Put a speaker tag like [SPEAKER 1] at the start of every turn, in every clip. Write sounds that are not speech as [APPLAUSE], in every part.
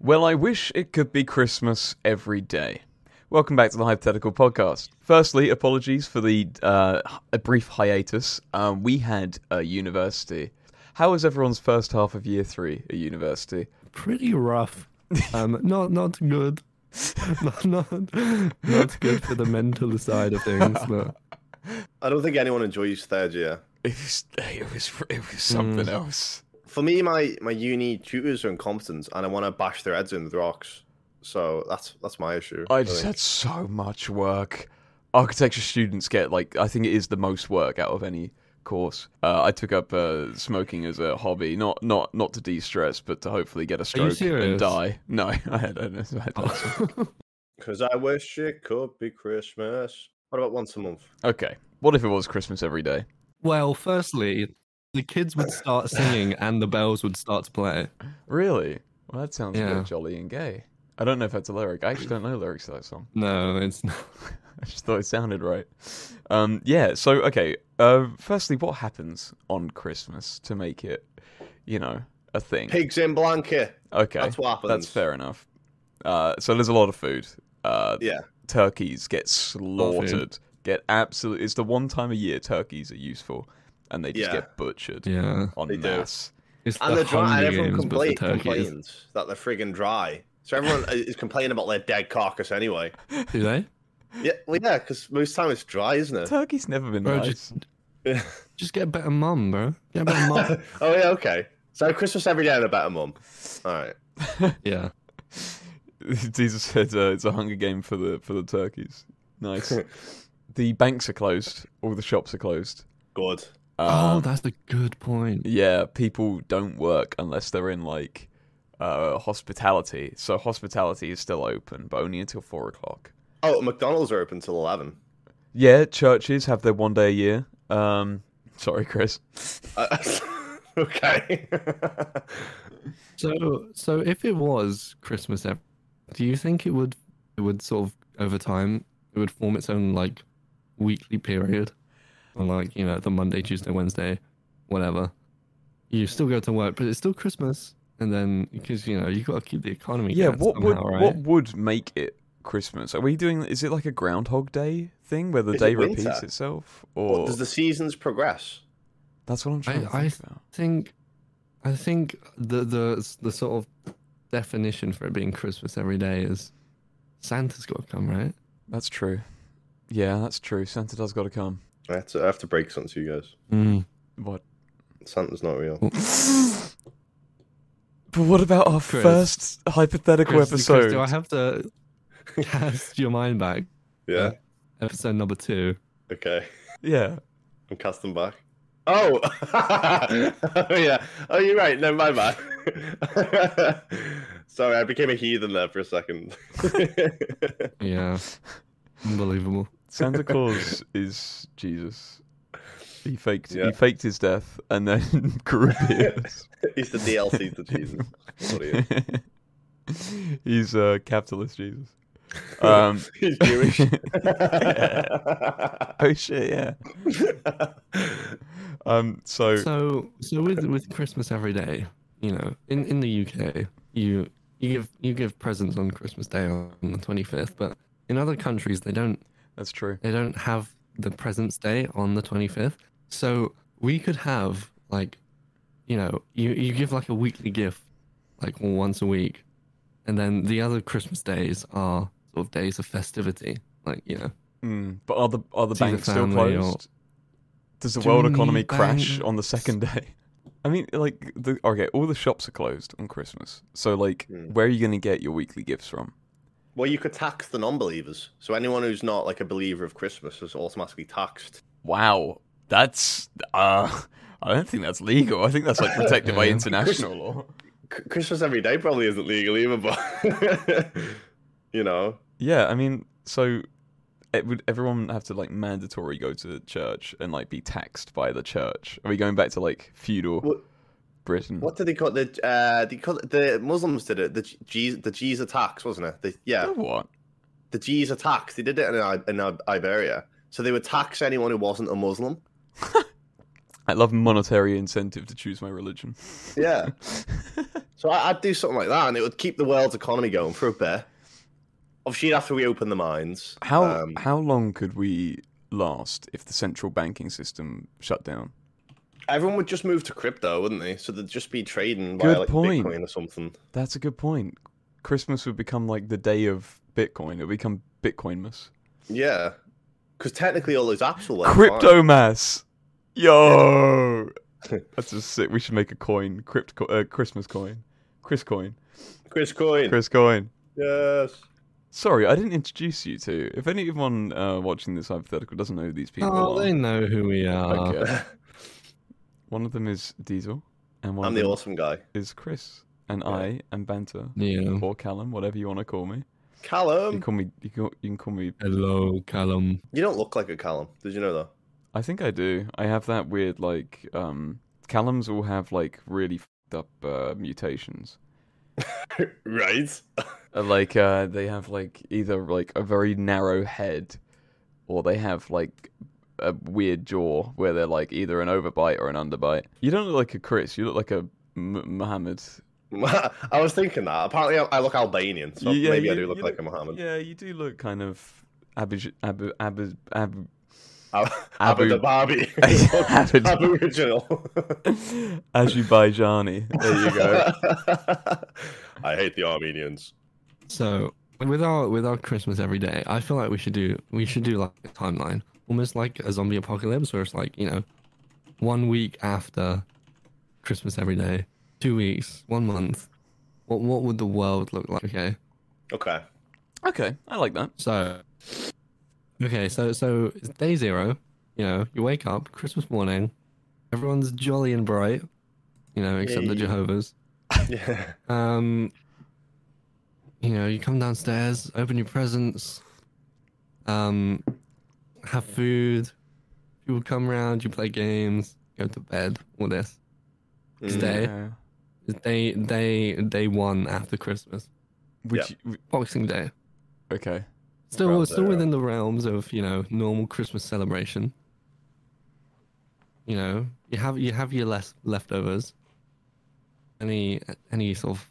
[SPEAKER 1] Well, I wish it could be Christmas every day. Welcome back to the Hypothetical Podcast. Firstly, apologies for the uh, a brief hiatus. Um, we had a university. How was everyone's first half of year three at university?
[SPEAKER 2] Pretty rough. Um, not not good. [LAUGHS] not, not not good for the mental side of [LAUGHS] things. No.
[SPEAKER 3] I don't think anyone enjoys third year.
[SPEAKER 1] It was it was it was something else.
[SPEAKER 3] For me, my, my uni tutors are incompetent, and I want to bash their heads in with rocks. So that's that's my issue.
[SPEAKER 1] I just
[SPEAKER 3] think.
[SPEAKER 1] had so much work. Architecture students get like I think it is the most work out of any course. Uh, I took up uh, smoking as a hobby, not not not to de-stress, but to hopefully get a stroke and
[SPEAKER 2] serious? Oh.
[SPEAKER 1] die. No, [LAUGHS] I had, I had, I had
[SPEAKER 2] [LAUGHS]
[SPEAKER 3] Because I wish it could be Christmas. What about once a month?
[SPEAKER 1] Okay, what if it was Christmas every day?
[SPEAKER 2] Well, firstly, the kids would start singing and the bells would start to play.
[SPEAKER 1] Really? Well, that sounds a
[SPEAKER 2] Yeah.
[SPEAKER 1] bit jolly and gay. I don't know if that's a lyric. I actually don't know lyrics to that song. [LAUGHS]
[SPEAKER 2] No, it's not.
[SPEAKER 1] I just thought it sounded right. Um, yeah. So okay. Uh, firstly, what happens on Christmas to make it, you know, a thing?
[SPEAKER 3] Pigs in blanket.
[SPEAKER 1] Okay,
[SPEAKER 3] That's what happens.
[SPEAKER 1] that's fair enough. Uh, so there's a lot of food. Uh,
[SPEAKER 3] Yeah.
[SPEAKER 1] turkeys get slaughtered. Get absolutely. It's the one time a year turkeys are useful, and they just
[SPEAKER 3] Yeah.
[SPEAKER 1] get butchered
[SPEAKER 2] Yeah,
[SPEAKER 1] on
[SPEAKER 3] They do.
[SPEAKER 1] mass.
[SPEAKER 2] it's
[SPEAKER 3] And
[SPEAKER 2] the
[SPEAKER 3] they're dry. And
[SPEAKER 2] Hunger
[SPEAKER 3] everyone
[SPEAKER 2] Games, but for
[SPEAKER 3] complain,
[SPEAKER 2] turkeys.
[SPEAKER 3] complains that they're friggin' dry. So everyone uh, is complaining about their dead carcass anyway.
[SPEAKER 2] Do they?
[SPEAKER 3] Yeah, well, yeah, because most time it's dry, isn't it?
[SPEAKER 1] [LAUGHS]
[SPEAKER 3] [LAUGHS]
[SPEAKER 1] Turkey's never been
[SPEAKER 2] Bro,
[SPEAKER 1] nice.
[SPEAKER 2] just, just get a better mum, bro. Get a better
[SPEAKER 3] [LAUGHS]
[SPEAKER 2] mum.
[SPEAKER 3] oh yeah, okay. So Christmas every day and a better mum. All right.
[SPEAKER 2] yeah.
[SPEAKER 1] [LAUGHS] Jesus said uh, it's a Hunger Game for the for the turkeys.
[SPEAKER 3] [LAUGHS]
[SPEAKER 1] Nice. the banks are closed. All the shops are closed.
[SPEAKER 3] Good.
[SPEAKER 2] oh,
[SPEAKER 1] Um,
[SPEAKER 2] that's a good point.
[SPEAKER 1] yeah, people don't work unless they're in like uh, hospitality. So hospitality is still open, but only until four o'clock.
[SPEAKER 3] Oh, McDonald's are open till eleven.
[SPEAKER 1] Yeah, churches have their one day a year. Um, [LAUGHS] sorry, Chris.
[SPEAKER 3] Uh, [LAUGHS] okay.
[SPEAKER 2] So, so if it was Christmas, ev- do you think it would it would sort of over time it would form its own like weekly period, Or, like you know the Monday, Tuesday, Wednesday, whatever? You still go to work, but it's still Christmas, and then because you know you got to keep the economy.
[SPEAKER 1] Yeah,
[SPEAKER 2] going
[SPEAKER 1] what
[SPEAKER 2] somehow,
[SPEAKER 1] would
[SPEAKER 2] right?
[SPEAKER 1] what would make it Christmas? Are we doing? Is it like a Groundhog Day thing where the
[SPEAKER 3] Is
[SPEAKER 1] day
[SPEAKER 3] it winter?
[SPEAKER 1] repeats itself, or
[SPEAKER 3] Well, Does the seasons progress?
[SPEAKER 1] that's what I'm trying
[SPEAKER 2] I-
[SPEAKER 1] to think about?
[SPEAKER 2] I think I think the the the sort of definition for it being Christmas every day is Santa's got to come, right?
[SPEAKER 1] That's true. Yeah, that's true. Santa does got to come.
[SPEAKER 3] I have to, I have to break something to you guys.
[SPEAKER 2] Mm.
[SPEAKER 1] What?
[SPEAKER 3] Santa's not [LAUGHS] real.
[SPEAKER 1] [LAUGHS] but what about our
[SPEAKER 2] Chris.
[SPEAKER 1] first hypothetical
[SPEAKER 2] Chris, Chris,
[SPEAKER 1] episode?
[SPEAKER 2] do I have to cast your mind back?
[SPEAKER 3] Yeah.
[SPEAKER 2] Episode number two.
[SPEAKER 3] Okay.
[SPEAKER 1] Yeah.
[SPEAKER 3] I'm casting back. Oh. [LAUGHS] oh yeah. Oh, you're right. No, my bad. [LAUGHS] Sorry, I became a heathen there for a second. [LAUGHS]
[SPEAKER 2] Yeah. Unbelievable.
[SPEAKER 3] [LAUGHS]
[SPEAKER 1] Santa Claus is Jesus. He faked.
[SPEAKER 3] Yeah.
[SPEAKER 1] He faked his death and then [LAUGHS] grew a beard.
[SPEAKER 3] [LAUGHS] He's the DLC to Jesus. What are [LAUGHS] you?
[SPEAKER 1] [LAUGHS] He's a uh, capitalist
[SPEAKER 3] [LAUGHS]
[SPEAKER 1] Jesus. Um, [LAUGHS]
[SPEAKER 3] He's [LAUGHS] Jewish.
[SPEAKER 1] oh shit! Yeah. Um. So,
[SPEAKER 2] So so with with Christmas every day, you know, in, in the UK, you you give you give presents on Christmas Day on the twenty fifth, but in other countries they don't
[SPEAKER 1] that's true.
[SPEAKER 2] they don't have the presence day on the 25th so we could have like you know you, you give like a weekly gift like once a week and then the other christmas days are sort of days of festivity like you know
[SPEAKER 1] Mm. But are the are the
[SPEAKER 2] It's either
[SPEAKER 1] banks still
[SPEAKER 2] family or-
[SPEAKER 1] closed? Does the
[SPEAKER 2] Do
[SPEAKER 1] world
[SPEAKER 2] we
[SPEAKER 1] economy
[SPEAKER 2] need
[SPEAKER 1] crash
[SPEAKER 2] banks?
[SPEAKER 1] on the second day? [LAUGHS] I mean, like the okay, all the shops are closed on Christmas. So, like,
[SPEAKER 3] Hmm.
[SPEAKER 1] where are you going to get your weekly gifts from?
[SPEAKER 3] well, you could tax the non-believers. So anyone who's not like a believer of Christmas is automatically taxed.
[SPEAKER 1] Wow, that's uh, I don't think that's legal. I think that's like protected by [LAUGHS]
[SPEAKER 2] Yeah.
[SPEAKER 1] international law.
[SPEAKER 3] C- Christmas every day probably isn't legal either, but [LAUGHS] you know,
[SPEAKER 1] Yeah, I mean, so it would everyone have to like mandatory go to church and like be taxed by the church? Are we going back to like feudal
[SPEAKER 3] What-
[SPEAKER 1] Britain?
[SPEAKER 3] What did they call it? the uh, they call it, the Muslims did it the G's the G's attacks wasn't it? The, yeah,
[SPEAKER 1] The what?
[SPEAKER 3] the G's attacks. They uh, did it in, I- in I- Iberia, so they would tax anyone who wasn't a Muslim.
[SPEAKER 1] I love monetary incentive to choose my religion.
[SPEAKER 3] Yeah. so I, I'd do something like that, and it would keep the world's economy going for a bit. Obviously, you'd have to reopen the mines.
[SPEAKER 1] How
[SPEAKER 3] Um,
[SPEAKER 1] how long could we last if the central banking system shut down?
[SPEAKER 3] everyone would just move to crypto, wouldn't they? So they'd just be trading by
[SPEAKER 1] Good
[SPEAKER 3] like
[SPEAKER 1] point.
[SPEAKER 3] Bitcoin or something.
[SPEAKER 1] That's a good point. Christmas would become like the day of Bitcoin. It would become Bitcoinmas.
[SPEAKER 3] Yeah. Because technically, all those apps will like
[SPEAKER 1] Crypto mass. Yo. [LAUGHS] That's just sick. We should make a coin. Crypt co- uh, Christmas coin. Chris coin.
[SPEAKER 3] Chris Coin.
[SPEAKER 1] Chris coin.
[SPEAKER 3] Yes.
[SPEAKER 1] Sorry, I didn't introduce you to. If anyone uh, watching this hypothetical doesn't know who these people
[SPEAKER 2] Oh,
[SPEAKER 1] are,
[SPEAKER 2] they know who we are.
[SPEAKER 1] okay. one of them is Diesel, and one
[SPEAKER 3] [LAUGHS] I'm
[SPEAKER 1] of
[SPEAKER 3] the
[SPEAKER 1] them
[SPEAKER 3] awesome guy.
[SPEAKER 1] is Chris, and
[SPEAKER 3] Yeah.
[SPEAKER 1] I am Banter
[SPEAKER 2] Yeah.
[SPEAKER 1] or Callum, whatever you want to call me. You can
[SPEAKER 3] Callum.
[SPEAKER 1] call me. You can, you can call me.
[SPEAKER 2] Hello, Callum.
[SPEAKER 3] You don't look like a Callum. Did you know that?
[SPEAKER 1] I think I do. I have that weird like. um Callums all have like really fucked up uh, mutations.
[SPEAKER 3] right.
[SPEAKER 1] Uh, like uh they have like either like a very narrow head or they have like a weird jaw where they're like either an overbite or an underbite you don't look like a chris you look like a M- Muhammad.
[SPEAKER 3] [LAUGHS] I was thinking that. Apparently, I, I look Albanian, so
[SPEAKER 1] Yeah,
[SPEAKER 3] maybe I
[SPEAKER 1] you-
[SPEAKER 3] do look
[SPEAKER 1] you
[SPEAKER 3] like a Mohammed.
[SPEAKER 1] yeah you do look kind of abij abu abu abu [LAUGHS]
[SPEAKER 3] Ab-
[SPEAKER 1] Abu-
[SPEAKER 3] Abu Dhabi.
[SPEAKER 1] [LAUGHS] Abu-
[SPEAKER 3] [LAUGHS] Aboriginal.
[SPEAKER 1] azerbaijani there you go
[SPEAKER 3] [LAUGHS] I hate the Armenians.
[SPEAKER 2] So with our with our Christmas every day, I feel like we should do we should do like a timeline, almost like a zombie apocalypse, where it's like you know, one week after Christmas every day, two weeks, one month. What what would the world look like? Okay,
[SPEAKER 3] Okay.
[SPEAKER 1] [LAUGHS]
[SPEAKER 3] [LAUGHS]
[SPEAKER 1] okay i like that
[SPEAKER 2] so okay, so so it's day zero. You know, you wake up Christmas morning, everyone's jolly and bright. You know, except the
[SPEAKER 3] Yay.
[SPEAKER 2] Jehovah's.
[SPEAKER 3] Yeah.
[SPEAKER 2] Um, you know, you come downstairs, open your presents, um, have food. People come round, you play games, go to bed. All this. It's
[SPEAKER 3] Mm.
[SPEAKER 2] day
[SPEAKER 1] Yeah.
[SPEAKER 2] it's day day day one after Christmas,
[SPEAKER 1] would
[SPEAKER 3] Yeah.
[SPEAKER 1] you w-
[SPEAKER 2] Boxing Day.
[SPEAKER 1] okay
[SPEAKER 2] Still,
[SPEAKER 3] Around
[SPEAKER 2] still
[SPEAKER 3] there.
[SPEAKER 2] within the realms of you know normal Christmas celebration. You know, you have you have your less leftovers. Any any sort of,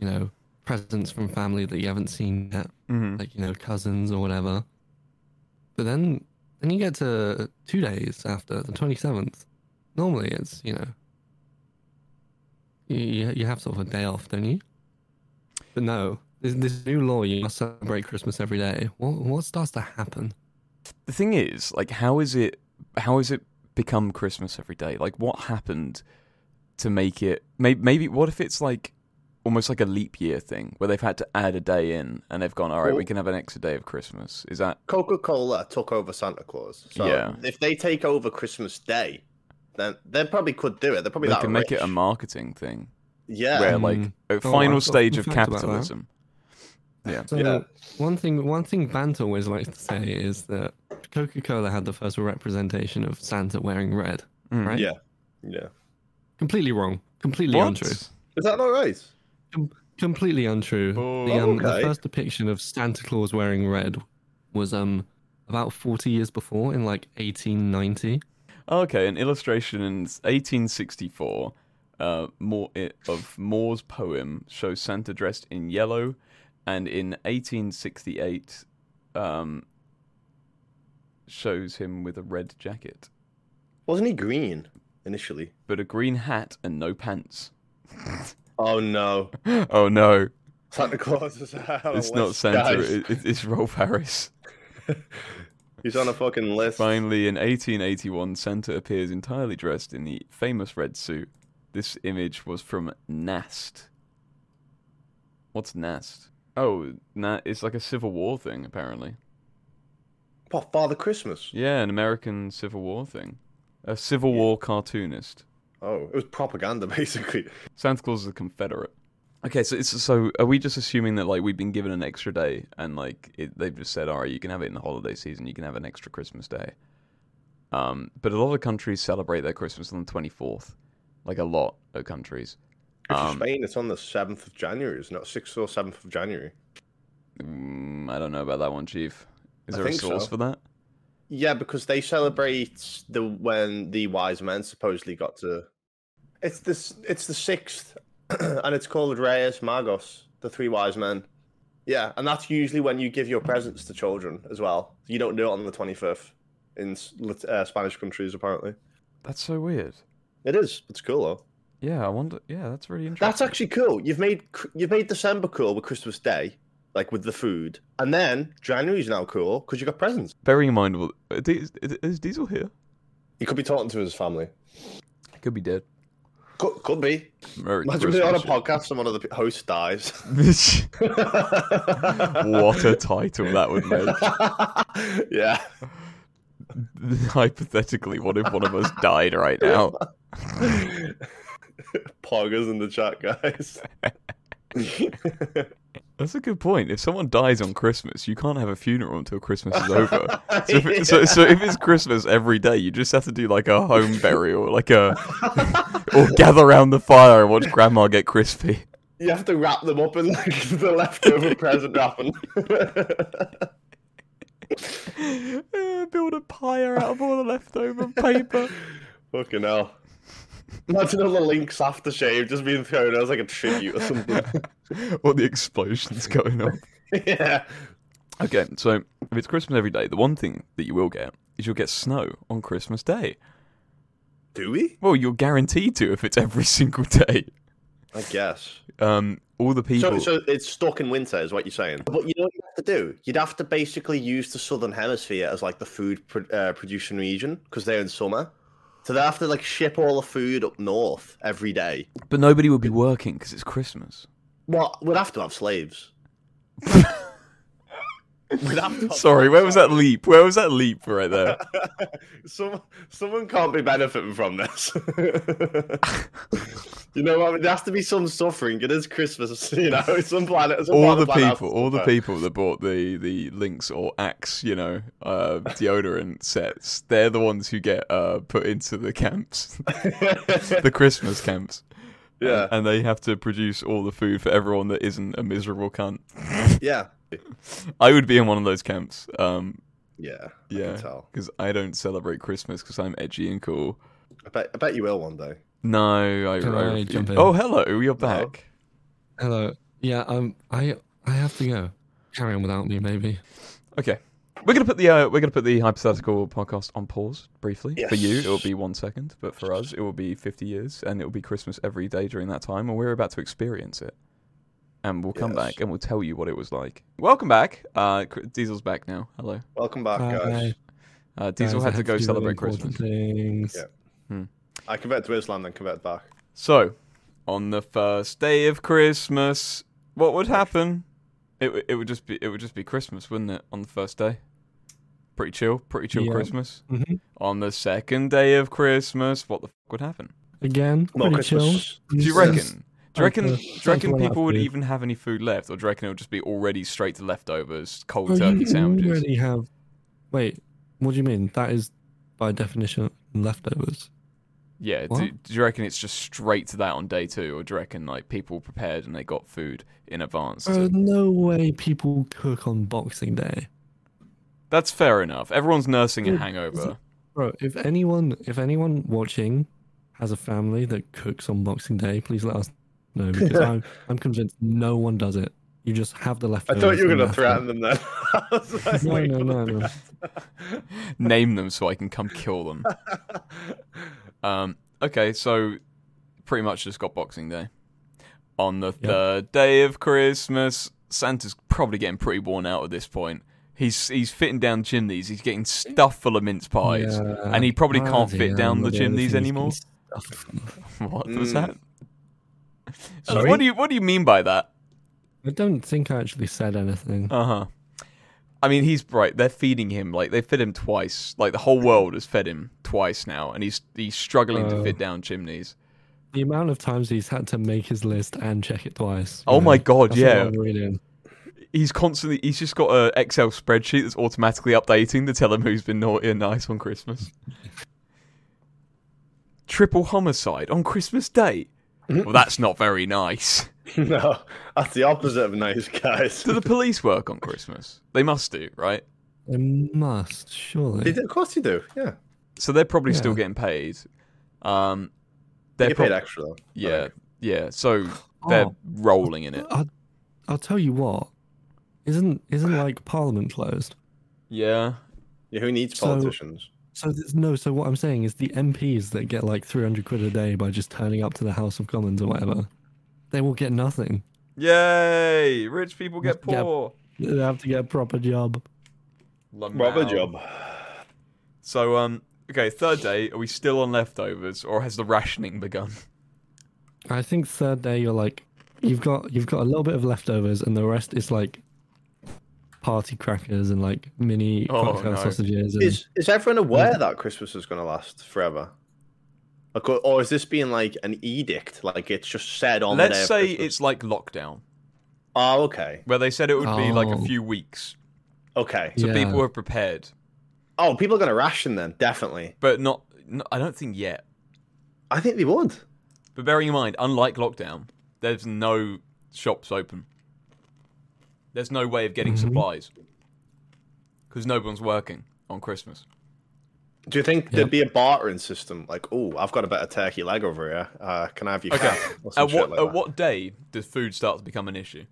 [SPEAKER 2] you know, presents from family that you haven't seen yet.
[SPEAKER 1] hmm
[SPEAKER 2] like you know cousins or whatever. But then then you get to two days after the twenty seventh. Normally it's you know you- you you have sort of a day off, don't you? But no, this, this new law you must celebrate Christmas every day. What what starts to happen?
[SPEAKER 1] the thing is like how is it how is it become christmas every day like what happened to make it maybe, maybe what if it's like almost like a leap year thing where they've had to add a day in and they've gone all right we
[SPEAKER 3] Well-
[SPEAKER 1] can have an extra day of christmas is that
[SPEAKER 3] Coca Cola took over Santa Claus. So
[SPEAKER 1] Yeah.
[SPEAKER 3] if they take over Christmas Day, then they probably could do it. They're probably
[SPEAKER 1] they
[SPEAKER 3] that
[SPEAKER 1] can make it a
[SPEAKER 3] rich.
[SPEAKER 1] marketing thing
[SPEAKER 3] Yeah.
[SPEAKER 1] where
[SPEAKER 2] Mm.
[SPEAKER 1] like a
[SPEAKER 2] Oh,
[SPEAKER 1] final
[SPEAKER 2] I've got
[SPEAKER 1] stage
[SPEAKER 2] some
[SPEAKER 1] of
[SPEAKER 2] facts about that.
[SPEAKER 1] capitalism
[SPEAKER 2] So
[SPEAKER 3] Yeah.
[SPEAKER 2] one thing one thing Bant always likes to say is that Coca Cola had the first representation of Santa wearing red.
[SPEAKER 1] Mm.
[SPEAKER 2] Right?
[SPEAKER 3] Yeah. Yeah.
[SPEAKER 2] Completely wrong. Completely
[SPEAKER 1] What?
[SPEAKER 2] untrue.
[SPEAKER 3] Is that not right?
[SPEAKER 2] completely untrue. The,
[SPEAKER 1] Oh.
[SPEAKER 2] um, the
[SPEAKER 3] Okay.
[SPEAKER 2] first depiction of Santa Claus wearing red was um about 40 years before in like 1890.
[SPEAKER 1] okay an illustration in 1864 uh, Moore, it, of Moore's poem shows Santa dressed in yellow, and in 1868 um, shows him with a red jacket,
[SPEAKER 3] Wasn't he green initially?
[SPEAKER 1] but a green hat and no pants.
[SPEAKER 3] Oh no.
[SPEAKER 1] Oh no,
[SPEAKER 3] Santa [LAUGHS] Claus is out of
[SPEAKER 1] it's not
[SPEAKER 3] West
[SPEAKER 1] Santa,
[SPEAKER 3] Guys.
[SPEAKER 1] it, it, it's Rolf Harris.
[SPEAKER 3] He's on a fucking list.
[SPEAKER 1] Finally, in 1881, Santa appears entirely dressed in the famous red suit. This image was from Nast. What's Nast? Oh, na- it's like a Civil War thing, apparently.
[SPEAKER 3] What, Father Christmas?
[SPEAKER 1] Yeah, an American Civil War thing. A Civil War cartoonist.
[SPEAKER 3] Oh, it was propaganda [LAUGHS] basically.
[SPEAKER 1] Santa Claus is a Confederate. Okay, so it's so are we just assuming that like we've been given an extra day and like it, they've just said, all right, you can have it in the holiday season, you can have an extra Christmas day. Um, but a lot of countries celebrate their Christmas on the twenty fourth, like a lot of countries.
[SPEAKER 3] Which is
[SPEAKER 1] Um,
[SPEAKER 3] Spain, it's on the seventh of January, isn't it? Sixth or seventh of January.
[SPEAKER 1] Mm, I don't know about that one, Chief. Is
[SPEAKER 3] I
[SPEAKER 1] there a
[SPEAKER 3] think
[SPEAKER 1] source
[SPEAKER 3] so.
[SPEAKER 1] for that?
[SPEAKER 3] Yeah, because they celebrate the when the wise men supposedly got to. It's this. It's the sixth, [CLEARS THROAT] and it's called Reyes Magos, the three wise men. Yeah, and that's usually when you give your presents to children as well. You don't do it on the twenty fifth in s- lit- uh, Spanish countries, apparently.
[SPEAKER 1] That's so weird.
[SPEAKER 3] It is. It's cool though.
[SPEAKER 1] Yeah, I wonder. Yeah, that's really interesting.
[SPEAKER 3] That's actually cool. You've made cr- you've made December cool with Christmas Day, like with the food, and then January's now cool because you got presents.
[SPEAKER 1] Bearing in mind, well, Uh, is, is Diesel here?
[SPEAKER 3] He could be talking to his family.
[SPEAKER 1] Could be dead.
[SPEAKER 3] Could, could be.
[SPEAKER 1] Merry
[SPEAKER 3] Imagine we're on a
[SPEAKER 1] Christmas, yeah.
[SPEAKER 3] podcast and one of the p- hosts dies.
[SPEAKER 1] [LAUGHS] what a title that would make.
[SPEAKER 3] yeah.
[SPEAKER 1] [LAUGHS] Hypothetically, what if one of us died right now?
[SPEAKER 3] Poggers in the chat, guys.
[SPEAKER 1] That's a good point. If someone dies on Christmas, you can't have a funeral until Christmas is
[SPEAKER 3] [LAUGHS]
[SPEAKER 1] over. So if, it, so, so if it's Christmas every day, you just have to do like a home burial, like a or gather around the fire and watch Grandma get crispy. [LAUGHS]
[SPEAKER 3] you have to wrap them up in like [LAUGHS] the leftover present wrapping.
[SPEAKER 1] Eh, build a pyre out of all the leftover paper.
[SPEAKER 3] [LAUGHS] Fucking hell. Imagine all the links aftershave just being thrown out as like a tribute or something.
[SPEAKER 1] [LAUGHS] All the explosions going on.
[SPEAKER 3] yeah.
[SPEAKER 1] Okay, so if it's Christmas every day, the one thing that you will get is you'll get snow on Christmas Day.
[SPEAKER 3] Do we?
[SPEAKER 1] Well, you're guaranteed to if it's every [LAUGHS] single day.
[SPEAKER 3] I guess.
[SPEAKER 1] Um, all the
[SPEAKER 3] So,
[SPEAKER 1] people.
[SPEAKER 3] so it's stuck in winter, is what you're saying. But you know what you have to do? You'd have to basically use the southern hemisphere as like the food pro- uh, producing region because they're in summer. So they have to like ship all the food up north every day.
[SPEAKER 1] but nobody will be working because it's Christmas.
[SPEAKER 3] Well, we'd have to have [LAUGHS] slaves. we'd have to have
[SPEAKER 1] Sorry, where was that leap? Where was that leap right
[SPEAKER 3] [LAUGHS]
[SPEAKER 1] there?
[SPEAKER 3] Some, someone can't be benefiting from this. [LAUGHS] you know what? I mean, there has to be some suffering. It is Christmas, [LAUGHS] you know. Some planet, some
[SPEAKER 1] all
[SPEAKER 3] part
[SPEAKER 1] the
[SPEAKER 3] of planet has
[SPEAKER 1] people,
[SPEAKER 3] to
[SPEAKER 1] all the
[SPEAKER 3] suffer.
[SPEAKER 1] people that bought the the Lynx or Axe, you know, uh, deodorant sets. They're the ones who get uh, put into the camps, [LAUGHS] the Christmas camps.
[SPEAKER 3] [LAUGHS] yeah,
[SPEAKER 1] and they have to produce all the food for everyone that isn't a miserable cunt.
[SPEAKER 3] yeah,
[SPEAKER 1] I would be in one of those camps. Um,
[SPEAKER 3] yeah. I
[SPEAKER 1] yeah,
[SPEAKER 3] can tell.
[SPEAKER 1] because I don't celebrate Christmas because I'm edgy and cool.
[SPEAKER 3] I bet, I bet you will one day.
[SPEAKER 1] No, I.
[SPEAKER 2] Can
[SPEAKER 1] I
[SPEAKER 2] I
[SPEAKER 1] refuse.
[SPEAKER 2] jump in?
[SPEAKER 1] Oh, hello, you're back.
[SPEAKER 2] Hello. Yeah, um, I I have to go. Carry on without me, maybe.
[SPEAKER 1] Okay, we're gonna put the uh, we're gonna put the hypothetical podcast on pause briefly. For you,
[SPEAKER 3] Yes.
[SPEAKER 1] it will be one second, but for us, it will be fifty years, and it will be Christmas every day during that time, and we're about to experience it. And we'll come
[SPEAKER 3] Yes.
[SPEAKER 1] back and we'll tell you what it was like. Welcome back. Uh, Cr- Diesel's back now. Hello.
[SPEAKER 3] Welcome back,
[SPEAKER 2] Bye.
[SPEAKER 3] guys.
[SPEAKER 1] Uh, Diesel
[SPEAKER 2] Guys, I
[SPEAKER 1] had to
[SPEAKER 2] have
[SPEAKER 1] go
[SPEAKER 2] do really
[SPEAKER 1] celebrate
[SPEAKER 2] important
[SPEAKER 1] Christmas.
[SPEAKER 2] Things.
[SPEAKER 3] Yeah. I convert to Islam, then convert back.
[SPEAKER 1] So, on the first day of Christmas, what would happen? It w- it would just be it would just be Christmas, wouldn't it? On the first day, pretty chill, pretty chill
[SPEAKER 2] Yeah.
[SPEAKER 1] Christmas.
[SPEAKER 2] Mhm.
[SPEAKER 1] On the second day of Christmas, what the fuck would happen?
[SPEAKER 2] Again,
[SPEAKER 3] Well,
[SPEAKER 2] pretty chill.
[SPEAKER 3] Christmas.
[SPEAKER 1] Do you
[SPEAKER 2] Yes.
[SPEAKER 1] reckon? Do you reckon?
[SPEAKER 2] Okay.
[SPEAKER 1] Do you reckon
[SPEAKER 2] Sounds like
[SPEAKER 1] people would
[SPEAKER 2] food.
[SPEAKER 1] even have any food left, or do you reckon it would just be already straight to leftovers, cold
[SPEAKER 2] Well,
[SPEAKER 1] turkey
[SPEAKER 2] Oh, you
[SPEAKER 1] sandwiches?
[SPEAKER 2] already have. Wait, what do you mean? That is by definition leftovers.
[SPEAKER 1] Yeah, do,
[SPEAKER 2] What?
[SPEAKER 1] do you reckon it's just straight to that on day two, or do you reckon like people prepared and they got food in advance? to-
[SPEAKER 2] Uh, no way people cook on Boxing Day,
[SPEAKER 1] That's fair enough. Everyone's nursing a
[SPEAKER 2] Dude,
[SPEAKER 1] hangover.
[SPEAKER 2] bro. If anyone, if anyone watching has a family that cooks on Boxing Day, please let us
[SPEAKER 3] [LAUGHS]
[SPEAKER 2] know because I'm, I'm convinced no one does it. You just have the
[SPEAKER 3] I
[SPEAKER 2] leftovers.
[SPEAKER 3] thought you were
[SPEAKER 2] and
[SPEAKER 3] going to
[SPEAKER 2] that's it.
[SPEAKER 3] threaten them then. [LAUGHS] I was like,
[SPEAKER 2] No,
[SPEAKER 3] wait,
[SPEAKER 2] no,
[SPEAKER 3] what
[SPEAKER 2] no,
[SPEAKER 3] the-
[SPEAKER 2] no.
[SPEAKER 1] Name them so I can come kill
[SPEAKER 2] [LAUGHS]
[SPEAKER 1] them. um, okay, so pretty much just got Boxing Day. On the
[SPEAKER 2] Yeah.
[SPEAKER 1] third day of Christmas, Santa's probably getting pretty worn out at this point. He's he's fitting down chimneys. He's getting stuffed full of mince pies.
[SPEAKER 2] Yeah.
[SPEAKER 1] and he probably can't
[SPEAKER 2] Bloody
[SPEAKER 1] fit
[SPEAKER 2] hell,
[SPEAKER 1] down the
[SPEAKER 2] look at
[SPEAKER 1] chimneys
[SPEAKER 2] everything
[SPEAKER 1] anymore.
[SPEAKER 2] he's getting stuffed
[SPEAKER 1] [LAUGHS]
[SPEAKER 2] in.
[SPEAKER 1] What was
[SPEAKER 3] Mm.
[SPEAKER 1] that?
[SPEAKER 2] Sorry?
[SPEAKER 1] What do you what do you mean by that?
[SPEAKER 2] I don't think I actually said anything.
[SPEAKER 1] Uh huh. I mean, he's right. They're feeding him like they fed him twice. Like the whole world has fed him twice now, and he's he's struggling to
[SPEAKER 2] Oh.
[SPEAKER 1] fit down chimneys.
[SPEAKER 2] The amount of times he's had to make his list and check it twice.
[SPEAKER 1] Oh
[SPEAKER 2] you
[SPEAKER 1] my
[SPEAKER 2] know,
[SPEAKER 1] god,
[SPEAKER 2] that's a
[SPEAKER 1] yeah.
[SPEAKER 2] long reading.
[SPEAKER 1] He's constantly he's just got a Excel spreadsheet that's automatically updating to tell him who's been naughty and nice on Christmas. Triple homicide on Christmas Day. Well, that's not very
[SPEAKER 2] [LAUGHS]
[SPEAKER 1] nice.
[SPEAKER 3] [LAUGHS] no, that's the opposite of nice, guys.
[SPEAKER 1] Do the police work on Christmas? They must do, right?
[SPEAKER 2] They must,
[SPEAKER 3] [LAUGHS] They
[SPEAKER 2] surely.
[SPEAKER 3] do- of course you do. Yeah,
[SPEAKER 1] So they're probably still
[SPEAKER 2] Yeah.
[SPEAKER 1] getting paid. Um,
[SPEAKER 3] they
[SPEAKER 1] they're
[SPEAKER 3] get
[SPEAKER 1] prob-
[SPEAKER 3] paid extra though. I
[SPEAKER 1] yeah,
[SPEAKER 3] think.
[SPEAKER 1] yeah. [LAUGHS] So they're
[SPEAKER 2] Oh,
[SPEAKER 1] rolling in it.
[SPEAKER 2] I'll, I'll tell you what. Isn't isn't like Parliament closed?
[SPEAKER 1] Yeah,
[SPEAKER 3] yeah. Who needs
[SPEAKER 2] So-
[SPEAKER 3] politicians?
[SPEAKER 2] So there's no. So what I'm saying is the MPs that get like 300 quid a day by just turning up to the House of Commons or whatever, they will get nothing.
[SPEAKER 1] yay! Rich people get
[SPEAKER 2] Yeah.
[SPEAKER 1] poor.
[SPEAKER 2] They have to get a proper job.
[SPEAKER 1] Love
[SPEAKER 3] Rubber
[SPEAKER 1] now.
[SPEAKER 3] job.
[SPEAKER 2] Hmm.
[SPEAKER 1] So um, okay, third day. Are we still on leftovers, or has the rationing begun?
[SPEAKER 2] I think third day you're like, you've got you've got a little bit of leftovers, and the rest is like party crackers and like mini
[SPEAKER 1] Oh,
[SPEAKER 2] cocktail
[SPEAKER 1] no.
[SPEAKER 2] sausages. And,
[SPEAKER 3] Is is everyone
[SPEAKER 1] Hmm.
[SPEAKER 3] aware that Christmas is going to last forever? Like, or- or is this being like an edict? Like it's just said on. the day
[SPEAKER 1] Let's
[SPEAKER 3] of
[SPEAKER 1] say
[SPEAKER 3] Christmas?
[SPEAKER 1] it's like lockdown,
[SPEAKER 3] Oh, okay,
[SPEAKER 1] where they said it would be like a
[SPEAKER 2] Oh.
[SPEAKER 1] few weeks,
[SPEAKER 3] okay.
[SPEAKER 1] so
[SPEAKER 2] Yeah.
[SPEAKER 1] people are prepared,
[SPEAKER 3] Oh, people are going to ration then. Definitely.
[SPEAKER 1] but not. No, I don't think yet.
[SPEAKER 3] I think they would.
[SPEAKER 1] But bearing in mind, unlike lockdown, there's no shops open. There's no way of getting
[SPEAKER 3] Mm-hmm.
[SPEAKER 2] Mhm.
[SPEAKER 1] supplies because no one's working on Christmas.
[SPEAKER 3] Do you think
[SPEAKER 2] Yep.
[SPEAKER 3] there'd be a bartering system? Like, oh, I've got a better turkey leg over here. Uh, can I have your
[SPEAKER 1] Okay.
[SPEAKER 3] cat? Or some
[SPEAKER 1] At
[SPEAKER 3] shit
[SPEAKER 1] what
[SPEAKER 3] like
[SPEAKER 1] at
[SPEAKER 3] that.
[SPEAKER 1] what day does food start to become an issue?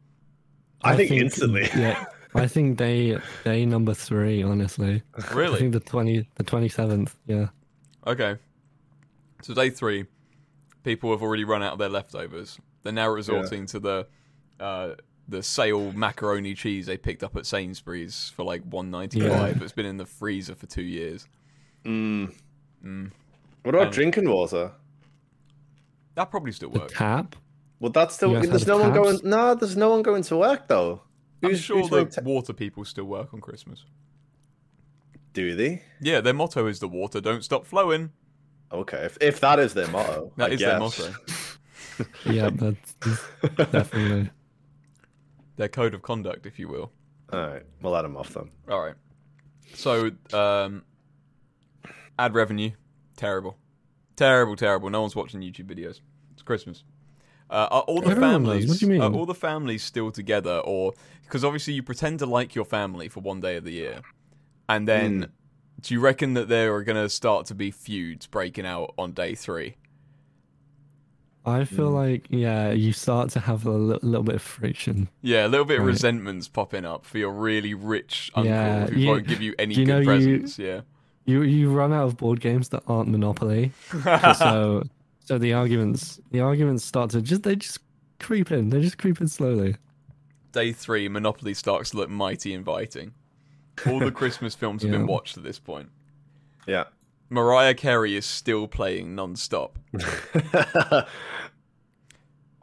[SPEAKER 3] [LAUGHS] I think instantly.
[SPEAKER 2] [LAUGHS] yeah, I think day day number three. Honestly, I
[SPEAKER 1] Really?
[SPEAKER 2] think the twenty the twenty seventh. Yeah.
[SPEAKER 1] Okay. So day three, people have already run out of their leftovers. They're now resorting to the uh, the sale macaroni cheese they picked up at Sainsbury's for like one ninety five. It's been in the freezer for two years.
[SPEAKER 3] Mm.
[SPEAKER 1] Mm.
[SPEAKER 3] What about
[SPEAKER 1] Um,
[SPEAKER 3] drinking water?
[SPEAKER 1] That probably still
[SPEAKER 2] The
[SPEAKER 1] works. [LAUGHS]
[SPEAKER 2] tap.
[SPEAKER 3] Well, that's still.
[SPEAKER 2] You guys
[SPEAKER 3] There's
[SPEAKER 2] had
[SPEAKER 3] no one going.
[SPEAKER 2] crabs?
[SPEAKER 3] No, there's no one going to work though.
[SPEAKER 1] I'm sure the
[SPEAKER 3] going to-
[SPEAKER 1] water people still work on Christmas.
[SPEAKER 3] do they?
[SPEAKER 1] Yeah, their motto is the water don't stop flowing.
[SPEAKER 3] Okay, if, if that is their motto,
[SPEAKER 1] [LAUGHS] That
[SPEAKER 3] I
[SPEAKER 1] is their
[SPEAKER 3] guess.
[SPEAKER 1] motto.
[SPEAKER 2] Yeah, that's
[SPEAKER 1] [LAUGHS]
[SPEAKER 2] definitely.
[SPEAKER 1] Their code of conduct, if you will.
[SPEAKER 3] All right, we'll let them off then.
[SPEAKER 1] All right. So, um, ad revenue, terrible, terrible, terrible. No one's watching YouTube videos. It's Christmas. Uh, are all the
[SPEAKER 2] Everyone knows.
[SPEAKER 1] families?
[SPEAKER 2] What do you mean?
[SPEAKER 1] Are all the families still together, or because obviously you pretend to like your family for one day of the year, and then
[SPEAKER 2] Hmm.
[SPEAKER 1] do you reckon that there are going to start to be feuds breaking out on day three?
[SPEAKER 2] I feel
[SPEAKER 1] Mm.
[SPEAKER 2] like yeah, you start to have a li- little bit of friction.
[SPEAKER 1] Yeah, a little bit of
[SPEAKER 2] Right.
[SPEAKER 1] resentments popping up for your really rich uncle
[SPEAKER 2] Yeah,
[SPEAKER 1] who
[SPEAKER 2] you-
[SPEAKER 1] won't give you any
[SPEAKER 2] you
[SPEAKER 1] good
[SPEAKER 2] know you-
[SPEAKER 1] presents. Yeah.
[SPEAKER 2] You you run out of board games that aren't
[SPEAKER 1] [LAUGHS]
[SPEAKER 2] Monopoly, so so the arguments the arguments start to just they just creep in. They just creep in slowly.
[SPEAKER 1] day three, Monopoly starts to look mighty inviting. All
[SPEAKER 2] [LAUGHS]
[SPEAKER 1] the Christmas films have
[SPEAKER 2] Yeah.
[SPEAKER 1] been watched at this point.
[SPEAKER 3] Yeah. [LAUGHS]
[SPEAKER 1] Mariah Carey is still playing non-stop.
[SPEAKER 3] Wow.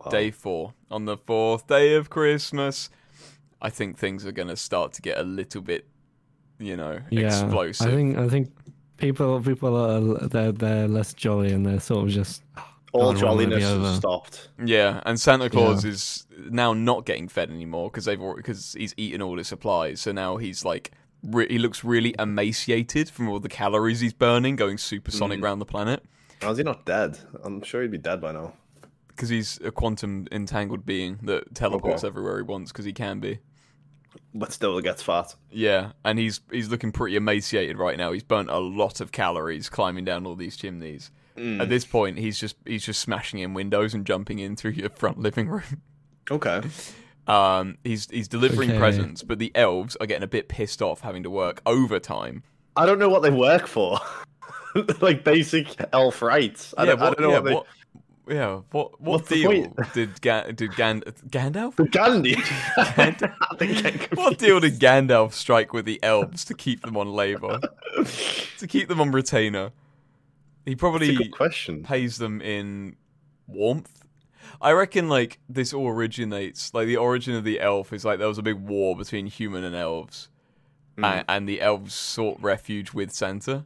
[SPEAKER 2] Oh.
[SPEAKER 1] Day four, on the fourth day of Christmas, I think things are going to start to get a little bit, you know,
[SPEAKER 2] Yeah,
[SPEAKER 1] explosive.
[SPEAKER 2] I think I think people people are they're they're less jolly and they're sort of just
[SPEAKER 3] all
[SPEAKER 2] God, when will it be
[SPEAKER 3] jolliness
[SPEAKER 2] over?
[SPEAKER 3] has stopped.
[SPEAKER 1] Yeah, and Santa Claus is now not getting fed anymore because they've because he's eaten all his supplies. So now he's like re- he looks really emaciated from all the calories he's burning, going supersonic
[SPEAKER 2] Mm.
[SPEAKER 1] round the planet.
[SPEAKER 3] How's he not dead? I'm sure he'd be dead by now.
[SPEAKER 1] because he's a quantum entangled being that teleports
[SPEAKER 3] Okay.
[SPEAKER 1] everywhere he wants because he can be.
[SPEAKER 3] But still, it gets fat.
[SPEAKER 1] Yeah, and he's he's looking pretty emaciated right now. He's burnt a lot of calories climbing down all these chimneys.
[SPEAKER 3] Mm.
[SPEAKER 1] At this point, he's just he's just smashing in windows and jumping in through your front living room. [LAUGHS]
[SPEAKER 3] Okay.
[SPEAKER 1] Um, he's he's delivering
[SPEAKER 2] Okay.
[SPEAKER 1] presents, but the elves are getting a bit pissed off having to work overtime.
[SPEAKER 3] I don't know what they work for. [LAUGHS] like basic elf rights. I,
[SPEAKER 1] yeah,
[SPEAKER 3] don't, I
[SPEAKER 1] what,
[SPEAKER 3] don't know
[SPEAKER 1] yeah,
[SPEAKER 3] what they.
[SPEAKER 1] what, yeah, what what
[SPEAKER 3] What's the
[SPEAKER 1] deal
[SPEAKER 3] point?
[SPEAKER 1] did Ga- did Gan- Gandalf?
[SPEAKER 3] [LAUGHS] The
[SPEAKER 1] [LAUGHS]
[SPEAKER 3] Gandhi.
[SPEAKER 1] Gand-
[SPEAKER 3] [LAUGHS] I think I could-
[SPEAKER 1] What deal did Gandalf strike with the elves to keep them on labour? to keep them on retainer? He
[SPEAKER 3] That's a
[SPEAKER 1] probably
[SPEAKER 3] good question.
[SPEAKER 1] pays them in warmth. I reckon like this all originates like the origin of the elf is like there was a big war between human and elves.
[SPEAKER 3] Hmm.
[SPEAKER 1] a- And, the elves sought refuge with
[SPEAKER 3] [CLEARS THROAT]
[SPEAKER 1] Santa.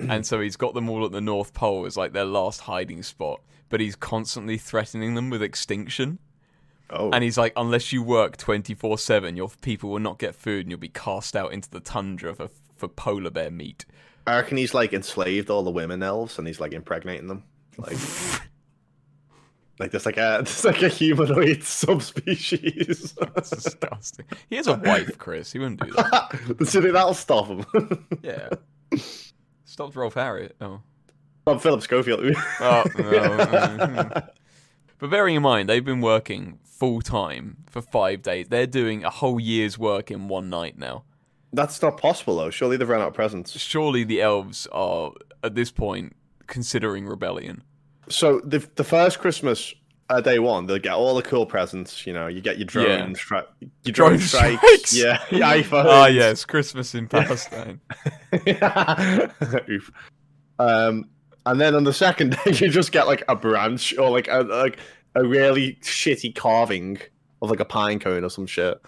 [SPEAKER 1] and so he's got them all at the North Pole as like their last hiding spot. But he's constantly threatening them with extinction.
[SPEAKER 3] Oh,
[SPEAKER 1] And he's like, unless you work 24 7, your people will not get food and you'll be cast out into the tundra for, for polar bear meat. [LAUGHS]
[SPEAKER 3] I
[SPEAKER 1] [LAUGHS]
[SPEAKER 3] reckon he's like enslaved all the women elves, and he's like impregnating them. Like, Like there's like a [LAUGHS] there's like a humanoid subspecies. [LAUGHS]
[SPEAKER 1] That's disgusting. He has a wife, Chris. He wouldn't do that.
[SPEAKER 3] so that'll stop him. [LAUGHS]
[SPEAKER 1] Yeah. Stopped Rolf Harriet. Oh.
[SPEAKER 3] Bob Philip Schofield. [LAUGHS]
[SPEAKER 1] [LAUGHS] Oh, no. But bearing in mind, they've been working full time for five days. They're doing a whole year's work in one night now.
[SPEAKER 3] That's not possible though. Surely they've run out of presents.
[SPEAKER 1] Surely the elves are, at this point, considering rebellion.
[SPEAKER 3] So the the first Christmas uh, day one, they get all the cool presents. You know, you get your drone,
[SPEAKER 1] Yeah.
[SPEAKER 3] stri- your
[SPEAKER 1] Drone
[SPEAKER 3] drone, strikes,
[SPEAKER 1] strikes.
[SPEAKER 3] [LAUGHS] yeah,
[SPEAKER 1] [LAUGHS]
[SPEAKER 3] your iPhone.
[SPEAKER 1] Ah, yes, Christmas in Palestine. Ah,
[SPEAKER 3] [LAUGHS] Oof. Um, and then on the second [LAUGHS] day, you just get like a branch or like a like a really shitty carving of like a pine cone or some shit.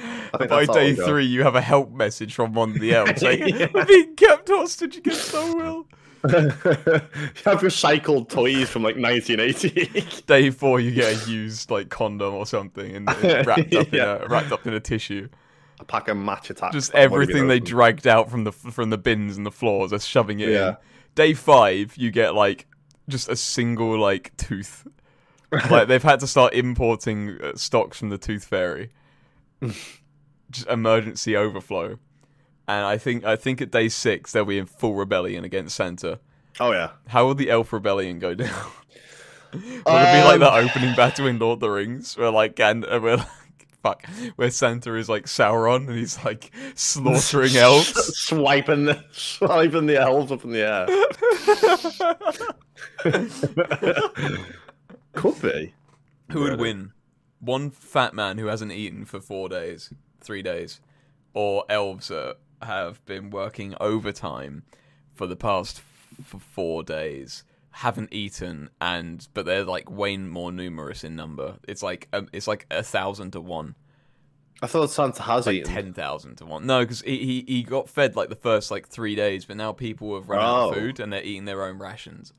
[SPEAKER 3] I think
[SPEAKER 1] By
[SPEAKER 3] that's how
[SPEAKER 1] day
[SPEAKER 3] I'll go.
[SPEAKER 1] three, you have a help message from one of the
[SPEAKER 3] [LAUGHS]
[SPEAKER 1] elves saying,
[SPEAKER 3] Yeah.
[SPEAKER 1] We're being kept hostage against our will.
[SPEAKER 3] [LAUGHS] you have recycled toys from like 1980.
[SPEAKER 1] Day four, you get a used like condom or something and
[SPEAKER 3] [LAUGHS]
[SPEAKER 1] it's wrapped up
[SPEAKER 3] Yeah.
[SPEAKER 1] in a wrapped up in a tissue.
[SPEAKER 3] [LAUGHS] a pack of match [LAUGHS] attacks.
[SPEAKER 1] Just
[SPEAKER 3] That won't
[SPEAKER 1] everything
[SPEAKER 3] even
[SPEAKER 1] they
[SPEAKER 3] open.
[SPEAKER 1] dragged out from the from the bins and the floors, they're shoving it in.
[SPEAKER 3] Yeah.
[SPEAKER 1] Day five, you get like just a single like
[SPEAKER 3] [LAUGHS]
[SPEAKER 1] tooth. like they've had to start importing uh, stocks from the Tooth
[SPEAKER 3] [LAUGHS]
[SPEAKER 1] Fairy. just emergency overflow. And I think I think at day six they'll be in full rebellion against Santa.
[SPEAKER 3] Oh yeah.
[SPEAKER 1] How will the elf rebellion go down? [LAUGHS] Will it be like
[SPEAKER 3] Um,
[SPEAKER 1] that opening battle in Lord of the Rings, where like and uh, where [LAUGHS] like fuck, where Santa is like Sauron and he's
[SPEAKER 3] [LAUGHS]
[SPEAKER 1] like slaughtering elves?
[SPEAKER 3] swiping the swiping the elves up in the air. [LAUGHS] Could be.
[SPEAKER 1] Who would
[SPEAKER 3] Reddit.
[SPEAKER 1] win? One fat man who hasn't eaten for four days, three days, or elves that have been working overtime for the past f- four days, haven't eaten, and but they're like way more numerous in number. It's like um, it's like a thousand to one.
[SPEAKER 3] I thought Santa has
[SPEAKER 1] like
[SPEAKER 3] eaten.
[SPEAKER 1] ten thousand to one. No, because he, he he got fed like the first like three days, but now people have run out of
[SPEAKER 3] Oh.
[SPEAKER 1] food and they're eating their own rations.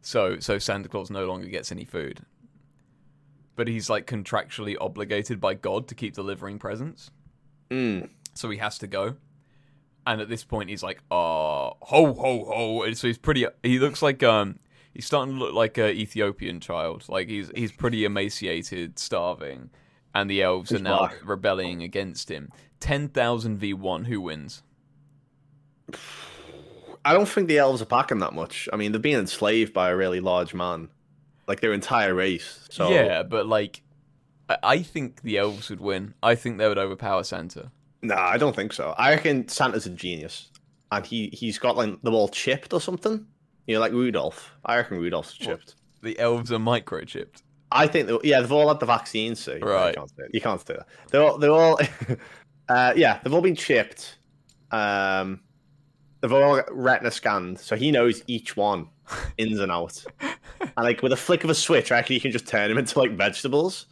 [SPEAKER 1] So so Santa Claus no longer gets any food, but he's like contractually obligated by God to keep delivering presents,
[SPEAKER 3] Mm.
[SPEAKER 1] so he has to go. And at this point, he's like, "Ah, ho ho ho!" And so he's pretty. He looks like um. He's starting to look like an Ethiopian child. Like he's he's pretty emaciated, starving, and the elves
[SPEAKER 3] He's
[SPEAKER 1] are now
[SPEAKER 3] black.
[SPEAKER 1] rebelling against him. Ten thousand v one. Who wins?
[SPEAKER 3] I don't think the elves are packing that much. I mean, they're being enslaved by a really large man, like their entire race. So
[SPEAKER 1] Yeah, but like, I- I think the elves would win. I think they would overpower Santa.
[SPEAKER 3] Nah, I don't think so. I reckon Santa's a genius, and he he's got like them all chipped or something. You know, like Rudolph. I reckon Rudolph's chipped.
[SPEAKER 1] The elves are microchipped.
[SPEAKER 3] I think that, yeah, they've all had the vaccine, so you
[SPEAKER 1] Right.
[SPEAKER 3] can't do it. You can't do that. They're all, they're all [LAUGHS] uh, yeah, they've all been chipped. Um, they've all got retina scanned, so he knows each
[SPEAKER 1] [LAUGHS]
[SPEAKER 3] one ins and out. And like with a flick of a switch, I actually can just turn him into like vegetables.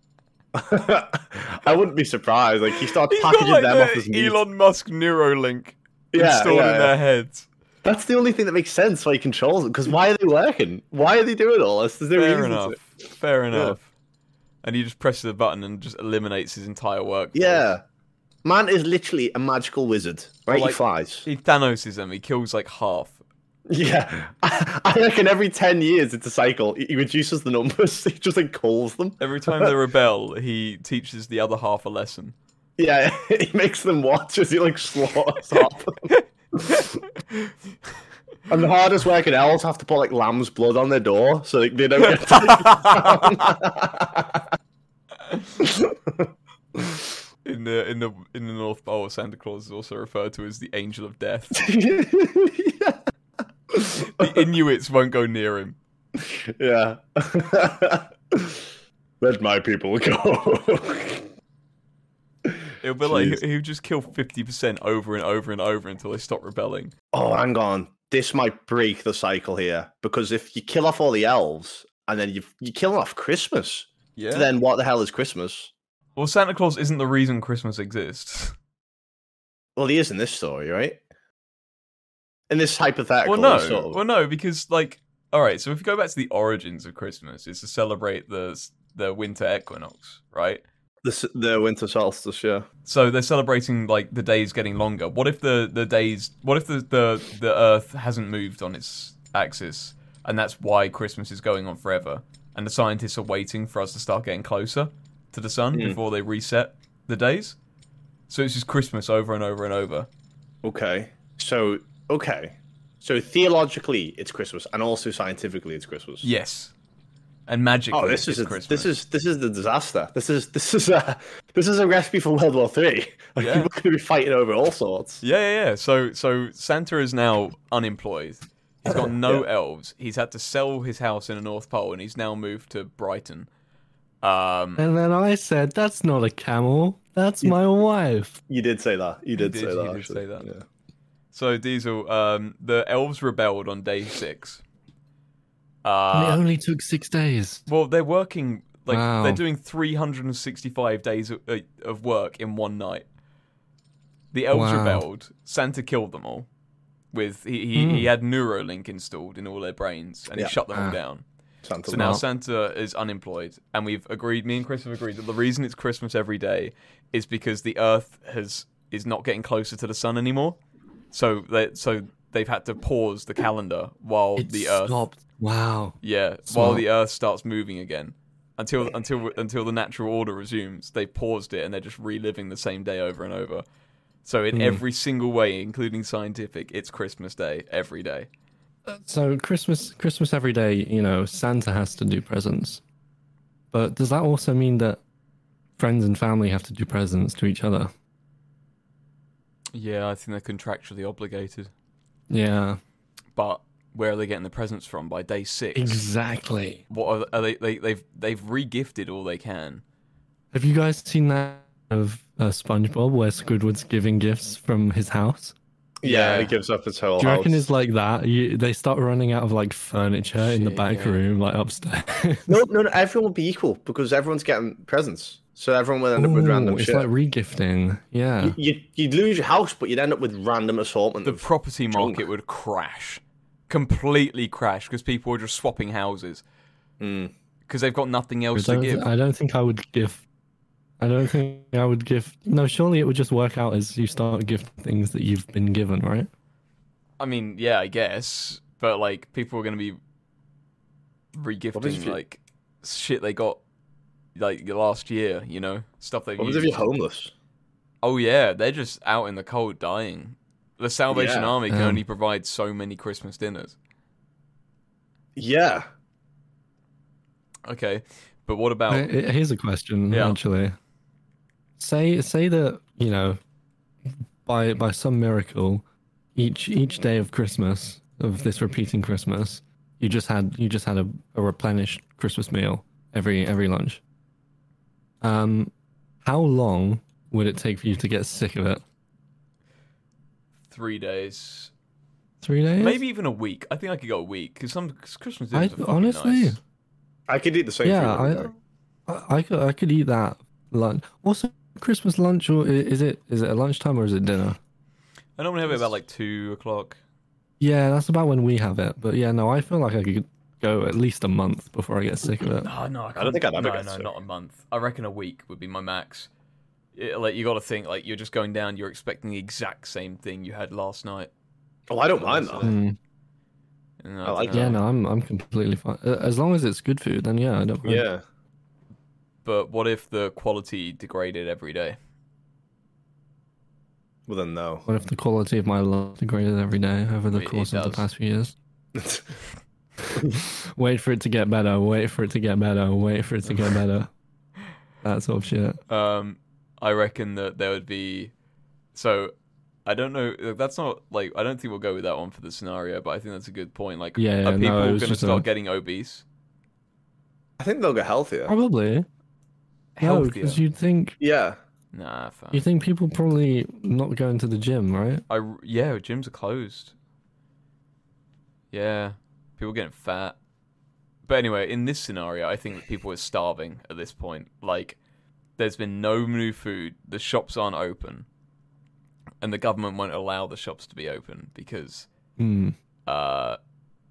[SPEAKER 3] [LAUGHS] I wouldn't be surprised. Like he starts
[SPEAKER 1] He's got
[SPEAKER 3] packaging
[SPEAKER 1] like
[SPEAKER 3] them off as
[SPEAKER 1] the
[SPEAKER 3] meat.
[SPEAKER 1] Elon Musk Neuralink
[SPEAKER 3] Yeah,
[SPEAKER 1] installed
[SPEAKER 3] yeah,
[SPEAKER 1] in
[SPEAKER 3] yeah.
[SPEAKER 1] their heads.
[SPEAKER 3] That's the only thing that makes sense why he controls it. Because why are they working? Why are they doing all this? There's no
[SPEAKER 1] Fair
[SPEAKER 3] reason to.
[SPEAKER 1] enough. Fair enough. And he just presses a button and just eliminates his entire work.
[SPEAKER 3] Yeah. Man is literally a magical wizard, right?
[SPEAKER 1] like-
[SPEAKER 3] he flies.
[SPEAKER 1] He Thanoses them. He kills like half.
[SPEAKER 3] [LAUGHS] Yeah. [LAUGHS] I reckon every 10 years it's a cycle. He he reduces the numbers, [LAUGHS] he just like calls them.
[SPEAKER 1] Every time
[SPEAKER 3] [LAUGHS]
[SPEAKER 1] they rebel, he teaches the other half a lesson. [LAUGHS]
[SPEAKER 3] Yeah, [LAUGHS] he makes them watch as he like [LAUGHS] slaughters off. and the hardest working elves have to put like lamb's blood on their door so like, they don't [LAUGHS] get
[SPEAKER 1] In the in the in the North Pole, Santa Claus is also referred to as the Angel of Death.
[SPEAKER 3] yeah.
[SPEAKER 1] the
[SPEAKER 3] [LAUGHS]
[SPEAKER 1] Inuits won't go near him.
[SPEAKER 3] Yeah. [LAUGHS] Let my people go. [LAUGHS]
[SPEAKER 1] It'll be like
[SPEAKER 3] Jeez.
[SPEAKER 1] he- he'll just kill fifty percent over and over and over until they stop rebelling.
[SPEAKER 3] oh, hang on. This might break the cycle here because if you kill off all the elves and then you you kill off Christmas,
[SPEAKER 1] Yeah.
[SPEAKER 3] then what the hell is Christmas?
[SPEAKER 1] well, Santa Claus isn't the reason Christmas exists.
[SPEAKER 3] Well, he is in this story, right? In this hypothetical,
[SPEAKER 1] Well, no.
[SPEAKER 3] he's sort of-
[SPEAKER 1] Well, no, because like, all right. So if you go back to the origins of Christmas, it's to celebrate the the winter equinox, right?
[SPEAKER 3] the s- the winter solstice, yeah.
[SPEAKER 1] So they're celebrating like the days getting longer. What if the the days? What if the the, the Earth hasn't moved on its axis? and that's why Christmas is going on forever. And the scientists are waiting for us to start getting closer to the sun
[SPEAKER 3] Hmm.
[SPEAKER 1] before they reset the days. So it's just Christmas over and over and over.
[SPEAKER 3] Okay. So okay. So theologically, it's Christmas, and also scientifically, it's Christmas.
[SPEAKER 1] Yes, and magically,
[SPEAKER 3] Oh, this
[SPEAKER 1] it's
[SPEAKER 3] is a,
[SPEAKER 1] Christmas.
[SPEAKER 3] this is this is the disaster. This is this is a [LAUGHS] this is a recipe for World War Three. [LAUGHS] Like,
[SPEAKER 1] Yeah.
[SPEAKER 3] People are going to be fighting over all sorts.
[SPEAKER 1] Yeah, yeah, yeah. So, so Santa is now unemployed. He's got no elves. He's had to sell his house in the North Pole, and he's now moved to Brighton. Um,
[SPEAKER 2] And then I said, "That's not a camel. That's my wife."
[SPEAKER 3] You did say that. You did,
[SPEAKER 1] did-
[SPEAKER 3] say
[SPEAKER 1] you
[SPEAKER 3] that.
[SPEAKER 1] did
[SPEAKER 3] actually.
[SPEAKER 1] say that.
[SPEAKER 3] Yeah.
[SPEAKER 1] so Diesel, um, the elves rebelled on day six.
[SPEAKER 2] And
[SPEAKER 1] Uh,
[SPEAKER 2] it only took six days.
[SPEAKER 1] well, they're working like
[SPEAKER 2] Wow.
[SPEAKER 1] they're doing 365 days of, uh, of work in one night. The elves
[SPEAKER 2] Wow.
[SPEAKER 1] rebelled. Santa killed them all. With he he, he had Neuralink installed in all their brains, and
[SPEAKER 3] Yeah.
[SPEAKER 1] he shut them all
[SPEAKER 2] Hmm. Ah.
[SPEAKER 1] down.
[SPEAKER 3] Santa
[SPEAKER 1] So now
[SPEAKER 2] Wow.
[SPEAKER 1] Santa is unemployed, and we've agreed. Me and Chris have agreed that the reason it's Christmas every day is because the Earth has is not getting closer to the sun anymore. So they so they've had to pause the calendar while
[SPEAKER 2] It
[SPEAKER 1] the Earth
[SPEAKER 2] stopped. Wow.
[SPEAKER 1] yeah while
[SPEAKER 2] Smart.
[SPEAKER 1] the Earth starts moving again until until until the natural order resumes. They paused it and they're just reliving the same day over and over. So in
[SPEAKER 2] Hmm.
[SPEAKER 1] every single way, including scientific, it's Christmas Day every day.
[SPEAKER 2] So Christmas, Christmas every day. You know, Santa has to do presents. But does that also mean that friends and family have to do presents to each other?
[SPEAKER 1] Yeah, I think they're contractually obligated.
[SPEAKER 2] Yeah.
[SPEAKER 1] but where are they getting the presents from by day six?
[SPEAKER 2] Exactly.
[SPEAKER 1] What are, are they, they? They've they've regifted all they can.
[SPEAKER 2] Have you guys seen that of uh, SpongeBob where Squidward's giving gifts from his house?
[SPEAKER 3] yeah,
[SPEAKER 1] Yeah.
[SPEAKER 3] it gives up its whole.
[SPEAKER 2] Do you reckon
[SPEAKER 3] house.
[SPEAKER 2] it's like that? You, they start running out of like furniture in the
[SPEAKER 1] Shit,
[SPEAKER 2] back
[SPEAKER 1] yeah.
[SPEAKER 2] room, like upstairs.
[SPEAKER 3] No, no, no. Everyone will be equal because everyone's getting presents, so everyone will end up with
[SPEAKER 2] Ooh,
[SPEAKER 3] random
[SPEAKER 2] it's
[SPEAKER 3] shit.
[SPEAKER 2] like regifting. Yeah.
[SPEAKER 3] You- You'd, you'd lose your house, but you'd end up with random assortment.
[SPEAKER 1] The
[SPEAKER 3] of-
[SPEAKER 1] property
[SPEAKER 3] Junk.
[SPEAKER 1] market would crash, completely crash, because people are just swapping houses
[SPEAKER 3] Mm.
[SPEAKER 1] because they've got nothing
[SPEAKER 2] I
[SPEAKER 1] else to
[SPEAKER 2] don't,
[SPEAKER 1] give.
[SPEAKER 2] I don't think I would give. I don't think I would give. No, surely it would just work out as you start gifting things that you've been given, right?
[SPEAKER 1] I mean, yeah, I guess, but like people are going to be
[SPEAKER 3] What was
[SPEAKER 1] regifting
[SPEAKER 3] if you-
[SPEAKER 1] like shit they got like last year. You know, stuff they've
[SPEAKER 3] What was if
[SPEAKER 1] used.
[SPEAKER 3] you're homeless?
[SPEAKER 1] Oh yeah, they're just out in the cold dying. The Salvation
[SPEAKER 3] Yeah.
[SPEAKER 1] Army can
[SPEAKER 2] Um,
[SPEAKER 1] only provide so many Christmas dinners.
[SPEAKER 3] Yeah.
[SPEAKER 1] Okay, but what about?
[SPEAKER 2] Uh, uh, Here's a question,
[SPEAKER 1] Yeah.
[SPEAKER 2] actually. Say say that you know, by by some miracle, each each day of Christmas of this repeating Christmas, you just had you just had a, a replenished Christmas meal every every lunch. Um, how long would it take for you to get sick of it?
[SPEAKER 1] three days,
[SPEAKER 2] Three days?
[SPEAKER 1] maybe even a week. I think I could go a week because some 'cause Christmas
[SPEAKER 2] I-
[SPEAKER 1] dinners are fucking
[SPEAKER 2] honestly,
[SPEAKER 1] nice.
[SPEAKER 3] I could eat the same
[SPEAKER 2] Yeah,
[SPEAKER 3] food. every day.
[SPEAKER 2] I, I I could I could eat that lunch. Also, Christmas lunch or i- is it is it a lunchtime or is it dinner?
[SPEAKER 1] I normally have it about like two o'clock.
[SPEAKER 2] Yeah, that's about when we have it. But yeah, no, I feel like I could go at least a month before I get sick of it.
[SPEAKER 1] No, no, I,
[SPEAKER 3] don't think I'd ever
[SPEAKER 1] No,
[SPEAKER 3] get
[SPEAKER 1] no,
[SPEAKER 3] sick.
[SPEAKER 1] not a month. I reckon a week would be my max. It- like you got to think, like you're just going down. You're expecting the exact same thing you had last night.
[SPEAKER 3] Oh, I don't mind that.
[SPEAKER 2] Hmm.
[SPEAKER 1] And I,
[SPEAKER 3] I
[SPEAKER 1] don't
[SPEAKER 3] like
[SPEAKER 1] know.
[SPEAKER 2] Yeah, no, I'm I'm completely fine. Uh, As long as it's good food, then yeah, I don't. mind.
[SPEAKER 3] Yeah.
[SPEAKER 1] But what if the quality degraded every day?
[SPEAKER 3] Well, then no. [LAUGHS]
[SPEAKER 2] What if the quality of my life degraded every day over the
[SPEAKER 1] It- it
[SPEAKER 2] course of the
[SPEAKER 1] does.
[SPEAKER 2] past few years? Wait for it to get better. Wait for it to get better. Wait for it to get
[SPEAKER 1] [LAUGHS]
[SPEAKER 2] better. that sort of shit.
[SPEAKER 1] Um, I reckon that there would be. So, I don't know. That's not like I don't think we'll go with that one for the scenario, but I think that's a good point. Like,
[SPEAKER 2] Yeah, yeah,
[SPEAKER 1] are
[SPEAKER 2] no,
[SPEAKER 1] people
[SPEAKER 2] it
[SPEAKER 1] going
[SPEAKER 2] was
[SPEAKER 1] to
[SPEAKER 2] just a-
[SPEAKER 1] start getting obese?
[SPEAKER 3] I think they'll get healthier.
[SPEAKER 2] Probably. No,
[SPEAKER 1] Healthier?
[SPEAKER 2] because you'd think
[SPEAKER 3] Yeah.
[SPEAKER 1] Nah, fam.
[SPEAKER 2] you think people probably not going to the gym, right?
[SPEAKER 1] I r- yeah, gyms are closed. Yeah, people getting fat. But anyway, in this scenario, I think that people are starving at this point. Like, there's been no new food. The shops aren't open, and the government won't allow the shops to be open because
[SPEAKER 2] Hmm.
[SPEAKER 1] uh,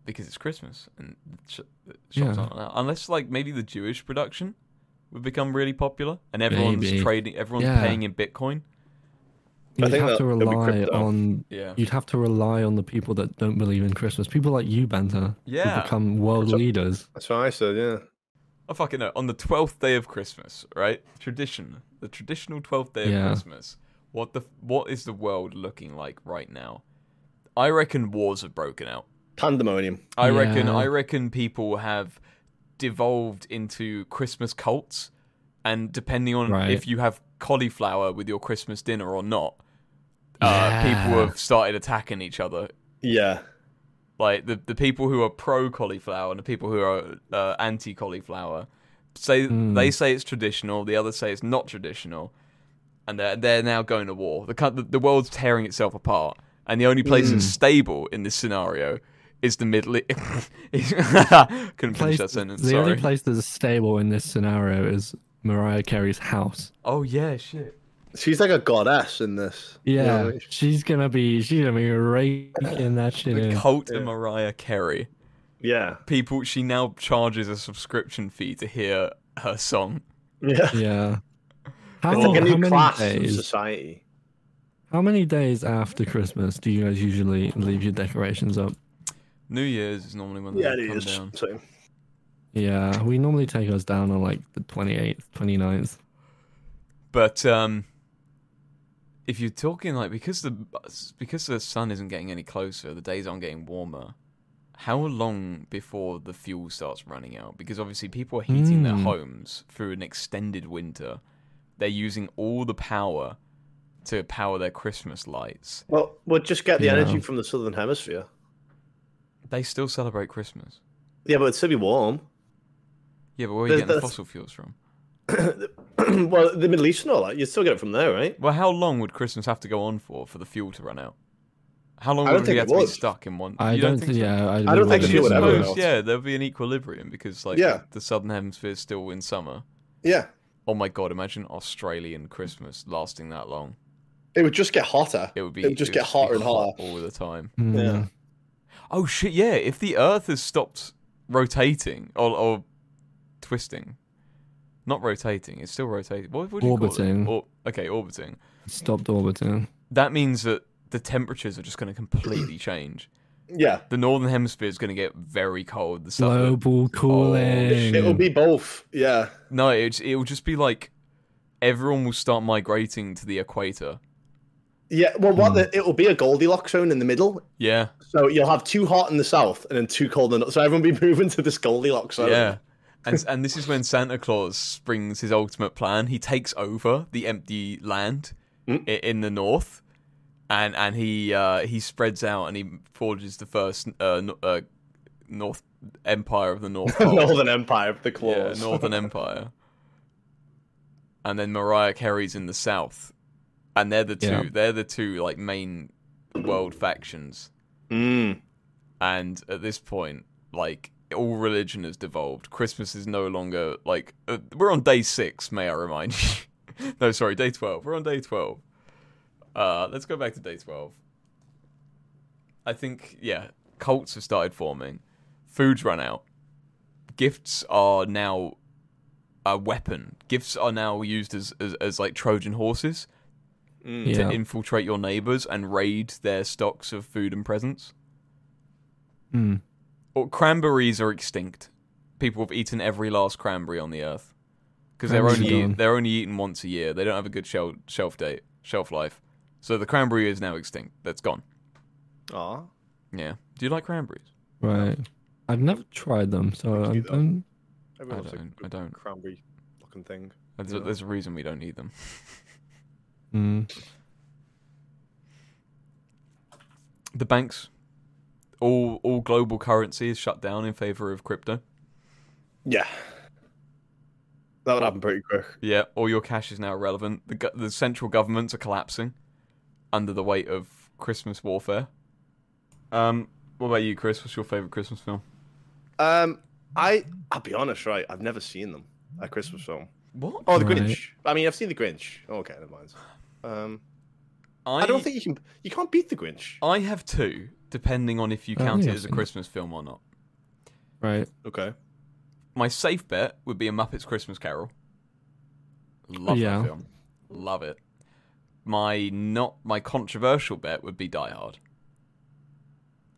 [SPEAKER 1] because it's Christmas and sh- the shops
[SPEAKER 2] Yeah.
[SPEAKER 1] aren't allowed. Unless like maybe the Jewish production would become really popular and everyone's
[SPEAKER 2] Maybe.
[SPEAKER 1] trading, everyone's
[SPEAKER 2] Yeah.
[SPEAKER 1] paying in Bitcoin.
[SPEAKER 2] You'd
[SPEAKER 3] think
[SPEAKER 2] have to
[SPEAKER 3] that- that'd be
[SPEAKER 2] rely
[SPEAKER 3] crypto.
[SPEAKER 2] on
[SPEAKER 1] Yeah.
[SPEAKER 2] you'd have to rely on the people that don't believe in Christmas. People like you, Banta,
[SPEAKER 1] Yeah.
[SPEAKER 2] who become world
[SPEAKER 3] So-
[SPEAKER 2] leaders.
[SPEAKER 3] That's what I said. Yeah.
[SPEAKER 1] I Oh, fucking know. On the twelfth day of Christmas, right? Tradition, the traditional twelfth day of
[SPEAKER 2] Yeah.
[SPEAKER 1] Christmas. What the? What is the world looking like right now? I reckon wars have broken out.
[SPEAKER 3] Pandemonium.
[SPEAKER 1] I reckon.
[SPEAKER 2] Yeah.
[SPEAKER 1] I reckon people have devolved into Christmas cults, and depending on
[SPEAKER 2] Right.
[SPEAKER 1] if you have cauliflower with your Christmas dinner or not, uh, people
[SPEAKER 2] Yeah.
[SPEAKER 1] have started attacking each other
[SPEAKER 3] Yeah.
[SPEAKER 1] like the the people who are pro cauliflower and the people who are uh, anti cauliflower say
[SPEAKER 2] Hmm.
[SPEAKER 1] they say it's traditional the others say it's not traditional and they're, they're now going to war the, coun- the the world's tearing itself apart and the only place that's
[SPEAKER 2] Hmm.
[SPEAKER 1] stable in this scenario is the middle [LAUGHS] I- couldn't finish that sentence
[SPEAKER 2] the
[SPEAKER 1] sorry
[SPEAKER 2] only place that's stable in this scenario is Mariah Carey's house.
[SPEAKER 1] oh yeah shit
[SPEAKER 3] She's like a goddess in this. You know
[SPEAKER 2] Yeah,
[SPEAKER 3] what I mean?
[SPEAKER 2] she's gonna be she's gonna be raking that shit
[SPEAKER 1] the
[SPEAKER 2] in.
[SPEAKER 1] cult of Mariah Carey
[SPEAKER 3] Yeah.
[SPEAKER 1] people she now charges a subscription fee to hear her song
[SPEAKER 3] Yeah.
[SPEAKER 2] yeah.
[SPEAKER 1] Oh,
[SPEAKER 2] How,
[SPEAKER 3] It's like a
[SPEAKER 2] how
[SPEAKER 3] new
[SPEAKER 2] many
[SPEAKER 3] class of
[SPEAKER 2] days?
[SPEAKER 3] society.
[SPEAKER 2] How many days after Christmas do you guys usually leave your decorations up?
[SPEAKER 1] New Year's is normally when they
[SPEAKER 3] Yeah, it
[SPEAKER 1] Oh, come
[SPEAKER 3] is.
[SPEAKER 1] down
[SPEAKER 3] So,
[SPEAKER 2] Yeah, we normally take ours down on like the 28th, 29th.
[SPEAKER 1] But um, if you're talking like because the because the sun isn't getting any closer, the days aren't getting warmer. How long before the fuel starts running out? Because obviously people are heating their
[SPEAKER 3] Hmm.
[SPEAKER 2] Mm.
[SPEAKER 1] homes through an extended winter. They're using all the power to power their Christmas lights.
[SPEAKER 3] well, we'll just get the
[SPEAKER 2] Yeah.
[SPEAKER 3] energy from the southern hemisphere.
[SPEAKER 1] They still celebrate Christmas.
[SPEAKER 3] Yeah, but it'd still be warm. [CLEARS THROAT]
[SPEAKER 1] Yeah, but where are you
[SPEAKER 3] There's-
[SPEAKER 1] getting the
[SPEAKER 3] there's-
[SPEAKER 1] fossil fuels from?
[SPEAKER 3] well, the Middle East and all that, you'd still get it from there, right?
[SPEAKER 1] Well, how long would Christmas have to go on for for the fuel to run out? How long
[SPEAKER 3] I
[SPEAKER 1] would
[SPEAKER 3] don't
[SPEAKER 1] we
[SPEAKER 3] think
[SPEAKER 1] have
[SPEAKER 3] it
[SPEAKER 1] to be
[SPEAKER 3] would.
[SPEAKER 1] stuck in one?
[SPEAKER 2] I
[SPEAKER 1] you
[SPEAKER 2] don't, think,
[SPEAKER 1] so?
[SPEAKER 2] yeah, I,
[SPEAKER 3] don't think
[SPEAKER 1] Actually, I
[SPEAKER 3] Actually, it would
[SPEAKER 2] wouldn't-
[SPEAKER 3] whatever.
[SPEAKER 1] suppose, yeah, there'll be an equilibrium because like
[SPEAKER 3] Yeah.
[SPEAKER 1] the southern hemisphere is still in summer.
[SPEAKER 3] Yeah.
[SPEAKER 1] Oh my god, imagine Australian Christmas lasting that long.
[SPEAKER 3] It would just get hotter.
[SPEAKER 1] It would be
[SPEAKER 3] It would just get
[SPEAKER 1] be
[SPEAKER 3] hotter and
[SPEAKER 1] hot
[SPEAKER 3] hotter.
[SPEAKER 1] all the time.
[SPEAKER 2] Mm.
[SPEAKER 3] Yeah.
[SPEAKER 1] Oh shit, yeah, if the earth has stopped rotating or, or twisting. Not rotating, it's still rotating. What would you
[SPEAKER 2] Orbiting.
[SPEAKER 1] call it? Or, okay, orbiting.
[SPEAKER 2] Stopped orbiting.
[SPEAKER 1] That means that the temperatures are just going to completely change.
[SPEAKER 3] Yeah.
[SPEAKER 1] The northern hemisphere is going to get very cold. The southern
[SPEAKER 2] Global
[SPEAKER 1] Mm.
[SPEAKER 2] cooling.
[SPEAKER 3] It will Oh, be both. Yeah.
[SPEAKER 1] No, it it will just be like everyone will start migrating to the equator.
[SPEAKER 3] Yeah. Well,
[SPEAKER 1] Mm.
[SPEAKER 3] what the, it will be a Goldilocks zone in the middle.
[SPEAKER 1] Yeah,
[SPEAKER 3] So you'll have too hot in the south and then too cold in the So everyone will be [LAUGHS] moving to this Goldilocks zone.
[SPEAKER 1] yeah. And and this is when Santa Claus springs his ultimate plan. He takes over the empty land
[SPEAKER 3] Mm.
[SPEAKER 1] i in the north, and and he uh, he spreads out and he forges the first uh, n- uh, North Empire of the [LAUGHS] North Pole,
[SPEAKER 3] [LAUGHS] Northern Empire of the
[SPEAKER 1] yeah,
[SPEAKER 3] claws.
[SPEAKER 1] Northern Empire. And then Mariah Carey's in the south, and they're the two.
[SPEAKER 2] Yeah.
[SPEAKER 1] They're the two like main world factions.
[SPEAKER 3] Mm.
[SPEAKER 1] and at this point like all religion has devolved christmas is no longer like uh, we're on day six may i remind you [LAUGHS] no sorry day 12 we're on day 12 uh let's go back to day 12 i think yeah cults have started forming food's run out gifts are now a weapon gifts are now used as as, as like trojan horses
[SPEAKER 3] Mm.
[SPEAKER 1] to
[SPEAKER 2] Yeah.
[SPEAKER 1] infiltrate your neighbors and raid their stocks of food and presents
[SPEAKER 2] Mm.
[SPEAKER 1] Well, cranberries are extinct. People have eaten every last cranberry on the earth because they're
[SPEAKER 2] Cranberries are
[SPEAKER 1] only
[SPEAKER 2] gone.
[SPEAKER 1] they're only eaten once a year. They don't have a good shelf shelf date shelf life, so the cranberry is now extinct. That's gone.
[SPEAKER 3] Aw.
[SPEAKER 1] Yeah. Do you like cranberries?
[SPEAKER 2] Right. I've never tried them, so
[SPEAKER 3] Me
[SPEAKER 2] I'm,
[SPEAKER 3] neither.
[SPEAKER 2] I'm-
[SPEAKER 3] Everyone
[SPEAKER 1] I
[SPEAKER 3] loves a
[SPEAKER 1] don't-
[SPEAKER 3] good
[SPEAKER 1] I don't.
[SPEAKER 3] Cranberry fucking thing.
[SPEAKER 1] There's,
[SPEAKER 3] Yeah.
[SPEAKER 1] a, there's a reason we don't eat them.
[SPEAKER 2] mm.
[SPEAKER 1] The banks, all all global currency is shut down in favor of crypto.
[SPEAKER 3] Yeah. That would happen pretty quick.
[SPEAKER 1] Yeah, all your cash is now irrelevant. The go- the central governments are collapsing under the weight of Christmas warfare. Um, what about you, Chris? What's your favorite Christmas film?
[SPEAKER 3] Um, I I'll be honest, right? I've never seen them. A Christmas film.
[SPEAKER 1] What?
[SPEAKER 3] Oh, The
[SPEAKER 2] Right.
[SPEAKER 3] Grinch. I mean, I've seen The Grinch. Oh, Okay, never mind. Um,
[SPEAKER 1] I,
[SPEAKER 3] I, don't think you can. You can't beat The Grinch.
[SPEAKER 1] I have two, depending on if you
[SPEAKER 2] Oh,
[SPEAKER 1] count
[SPEAKER 2] yeah,
[SPEAKER 1] it as a
[SPEAKER 2] I've seen
[SPEAKER 1] Christmas film or not.
[SPEAKER 2] Right.
[SPEAKER 3] Okay.
[SPEAKER 1] My safe bet would be a Muppets Christmas Carol. Love
[SPEAKER 2] Yeah.
[SPEAKER 1] that film. Love it. my not my controversial bet would be Die Hard.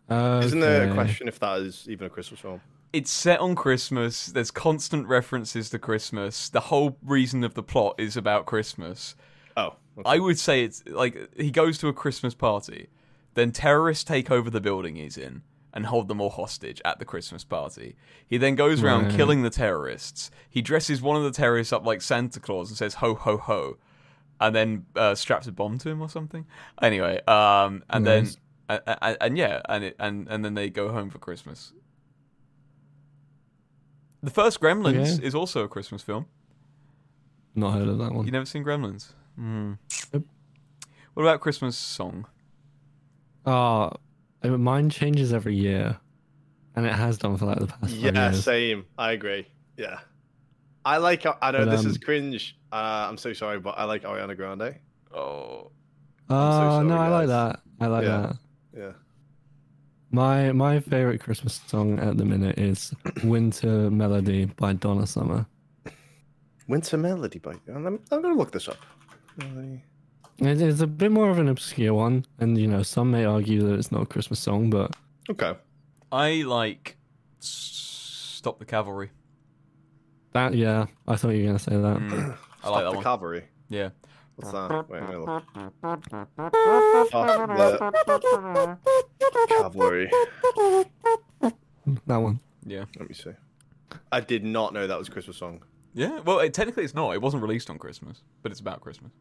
[SPEAKER 2] Okay.
[SPEAKER 3] Isn't there a question if that is even a Christmas film?
[SPEAKER 1] It's set on Christmas. There's constant references to Christmas. The whole reason of the plot is about Christmas.
[SPEAKER 3] Oh, okay.
[SPEAKER 1] I would say it's like he goes to a Christmas party, then terrorists take over the building he's in and hold them all hostage at the Christmas party. He then goes around
[SPEAKER 2] Right.
[SPEAKER 1] killing the terrorists. He dresses one of the terrorists up like Santa Claus and says ho ho ho, and then uh, straps a bomb to him or something. Anyway, um, and
[SPEAKER 2] Nice.
[SPEAKER 1] then and, and, and yeah, and it, and and then they go home for Christmas. The first Gremlins
[SPEAKER 2] Okay.
[SPEAKER 1] is also a Christmas film.
[SPEAKER 2] Not heard of that one.
[SPEAKER 1] You never seen Gremlins? Hmm.
[SPEAKER 2] Nope.
[SPEAKER 1] What about Christmas song?
[SPEAKER 2] Ah, uh, mine changes every year, and it has done for like the past. five
[SPEAKER 3] yeah,
[SPEAKER 2] years.
[SPEAKER 3] same. I agree. Yeah, I like. I know
[SPEAKER 2] But,
[SPEAKER 3] this is
[SPEAKER 2] um,
[SPEAKER 3] cringe. Uh, I'm so sorry, but I like Ariana Grande.
[SPEAKER 1] Oh,
[SPEAKER 2] Oh
[SPEAKER 3] sorry,
[SPEAKER 2] no, I like
[SPEAKER 3] guys.
[SPEAKER 2] that. I like
[SPEAKER 3] Yeah.
[SPEAKER 2] that.
[SPEAKER 3] Yeah.
[SPEAKER 2] My my favorite Christmas song at the minute is "Winter Melody" by Donna Summer.
[SPEAKER 3] Winter Melody by. I'm, I'm gonna look this up.
[SPEAKER 2] It is a bit more of an obscure one, and you know some may argue that it's not a Christmas song, but
[SPEAKER 3] Okay.
[SPEAKER 1] I like S- Stop the Cavalry.
[SPEAKER 2] that yeah, I thought you were gonna say that.
[SPEAKER 1] Mm, I
[SPEAKER 3] Stop
[SPEAKER 1] like that
[SPEAKER 3] the
[SPEAKER 1] one.
[SPEAKER 3] cavalry.
[SPEAKER 1] yeah.
[SPEAKER 3] What's that? Wait, I'm gonna look. Stop the cavalry.
[SPEAKER 2] That one.
[SPEAKER 1] Yeah.
[SPEAKER 3] Let me see. I did not know that was a Christmas song.
[SPEAKER 1] Yeah. Well, it, technically it's not. It wasn't released on Christmas, but it's about Christmas.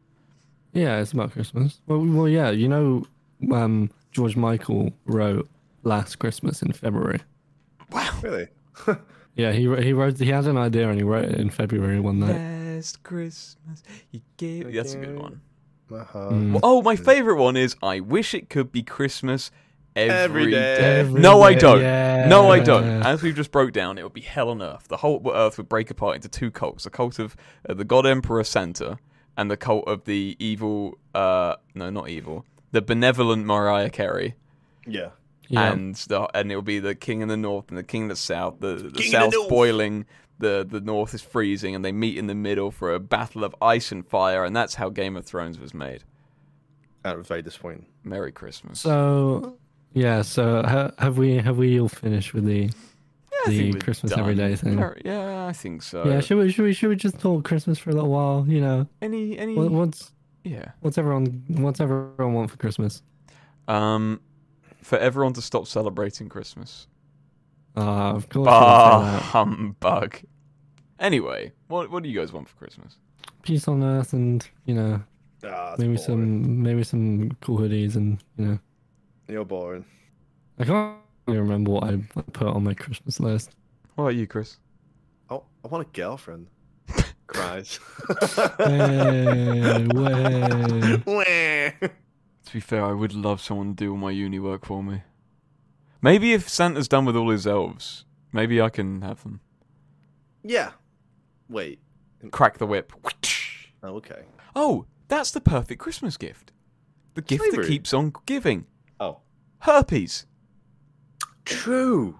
[SPEAKER 2] Yeah, it's about Christmas. Well, we- well, yeah, you know, um, George Michael wrote "Last Christmas" in February.
[SPEAKER 3] Really?
[SPEAKER 2] Yeah, he wr- he wrote he had an idea and he wrote it in February one night.
[SPEAKER 1] Last Christmas, you gave. That's a good one.
[SPEAKER 3] My heart.
[SPEAKER 2] Mm.
[SPEAKER 1] Oh, my favorite one is I wish it could be Christmas
[SPEAKER 3] Every
[SPEAKER 1] every
[SPEAKER 3] day.
[SPEAKER 1] day.
[SPEAKER 2] Every
[SPEAKER 1] No, I
[SPEAKER 2] day,
[SPEAKER 1] don't.
[SPEAKER 2] yeah.
[SPEAKER 1] No, I don't. As we've just broke down, it would be hell on earth. The whole earth would break apart into two cults: the cult of uh, the God Emperor Santa and the cult of the evil. Uh, no, not evil. The benevolent Mariah Carey,
[SPEAKER 3] Yeah.
[SPEAKER 2] Yeah.
[SPEAKER 1] and the, and it'll be the king in the north and the king in the south. The, the
[SPEAKER 3] King in the
[SPEAKER 1] south
[SPEAKER 3] north.
[SPEAKER 1] boiling, the the north is freezing, and they meet in the middle for a battle of ice and fire, and that's how Game of Thrones was made.
[SPEAKER 3] That was very disappointing.
[SPEAKER 1] Merry Christmas.
[SPEAKER 2] so yeah, so ha- have we have we all finished with the
[SPEAKER 1] I
[SPEAKER 2] the
[SPEAKER 1] think we're
[SPEAKER 2] Christmas
[SPEAKER 1] done.
[SPEAKER 2] everyday thing?
[SPEAKER 1] Mer- Yeah, I think so.
[SPEAKER 2] yeah, should we should we should we just talk Christmas for a little while? You know,
[SPEAKER 1] any any
[SPEAKER 2] what, what's
[SPEAKER 1] yeah.
[SPEAKER 2] what's everyone what's everyone want for Christmas?
[SPEAKER 1] Um, for everyone to stop celebrating Christmas.
[SPEAKER 2] Uh, of course. I would say
[SPEAKER 1] Bah,
[SPEAKER 2] that.
[SPEAKER 1] humbug. Anyway, what what do you guys want for Christmas?
[SPEAKER 2] Peace on earth, and you know,
[SPEAKER 3] Ah, that's
[SPEAKER 2] maybe
[SPEAKER 3] boring.
[SPEAKER 2] some maybe some cool hoodies, and you know,
[SPEAKER 3] You're boring.
[SPEAKER 2] I can't really remember what I put on my Christmas list.
[SPEAKER 1] What about you, Chris?
[SPEAKER 3] Oh, I want a
[SPEAKER 2] [LAUGHS]
[SPEAKER 3] girlfriend. Cries.
[SPEAKER 2] Hey, way.
[SPEAKER 3] Wah.
[SPEAKER 1] To be fair, I would love someone to do all my uni work for me. Maybe if Santa's done with all his elves, maybe I can have them
[SPEAKER 3] [LAUGHS] yeah. Wait.
[SPEAKER 1] crack the whip.
[SPEAKER 3] Oh, okay.
[SPEAKER 1] Oh, that's the perfect Christmas gift. The gift
[SPEAKER 3] Slavery.
[SPEAKER 1] that keeps on giving.
[SPEAKER 3] Oh.
[SPEAKER 1] Herpes.
[SPEAKER 3] True.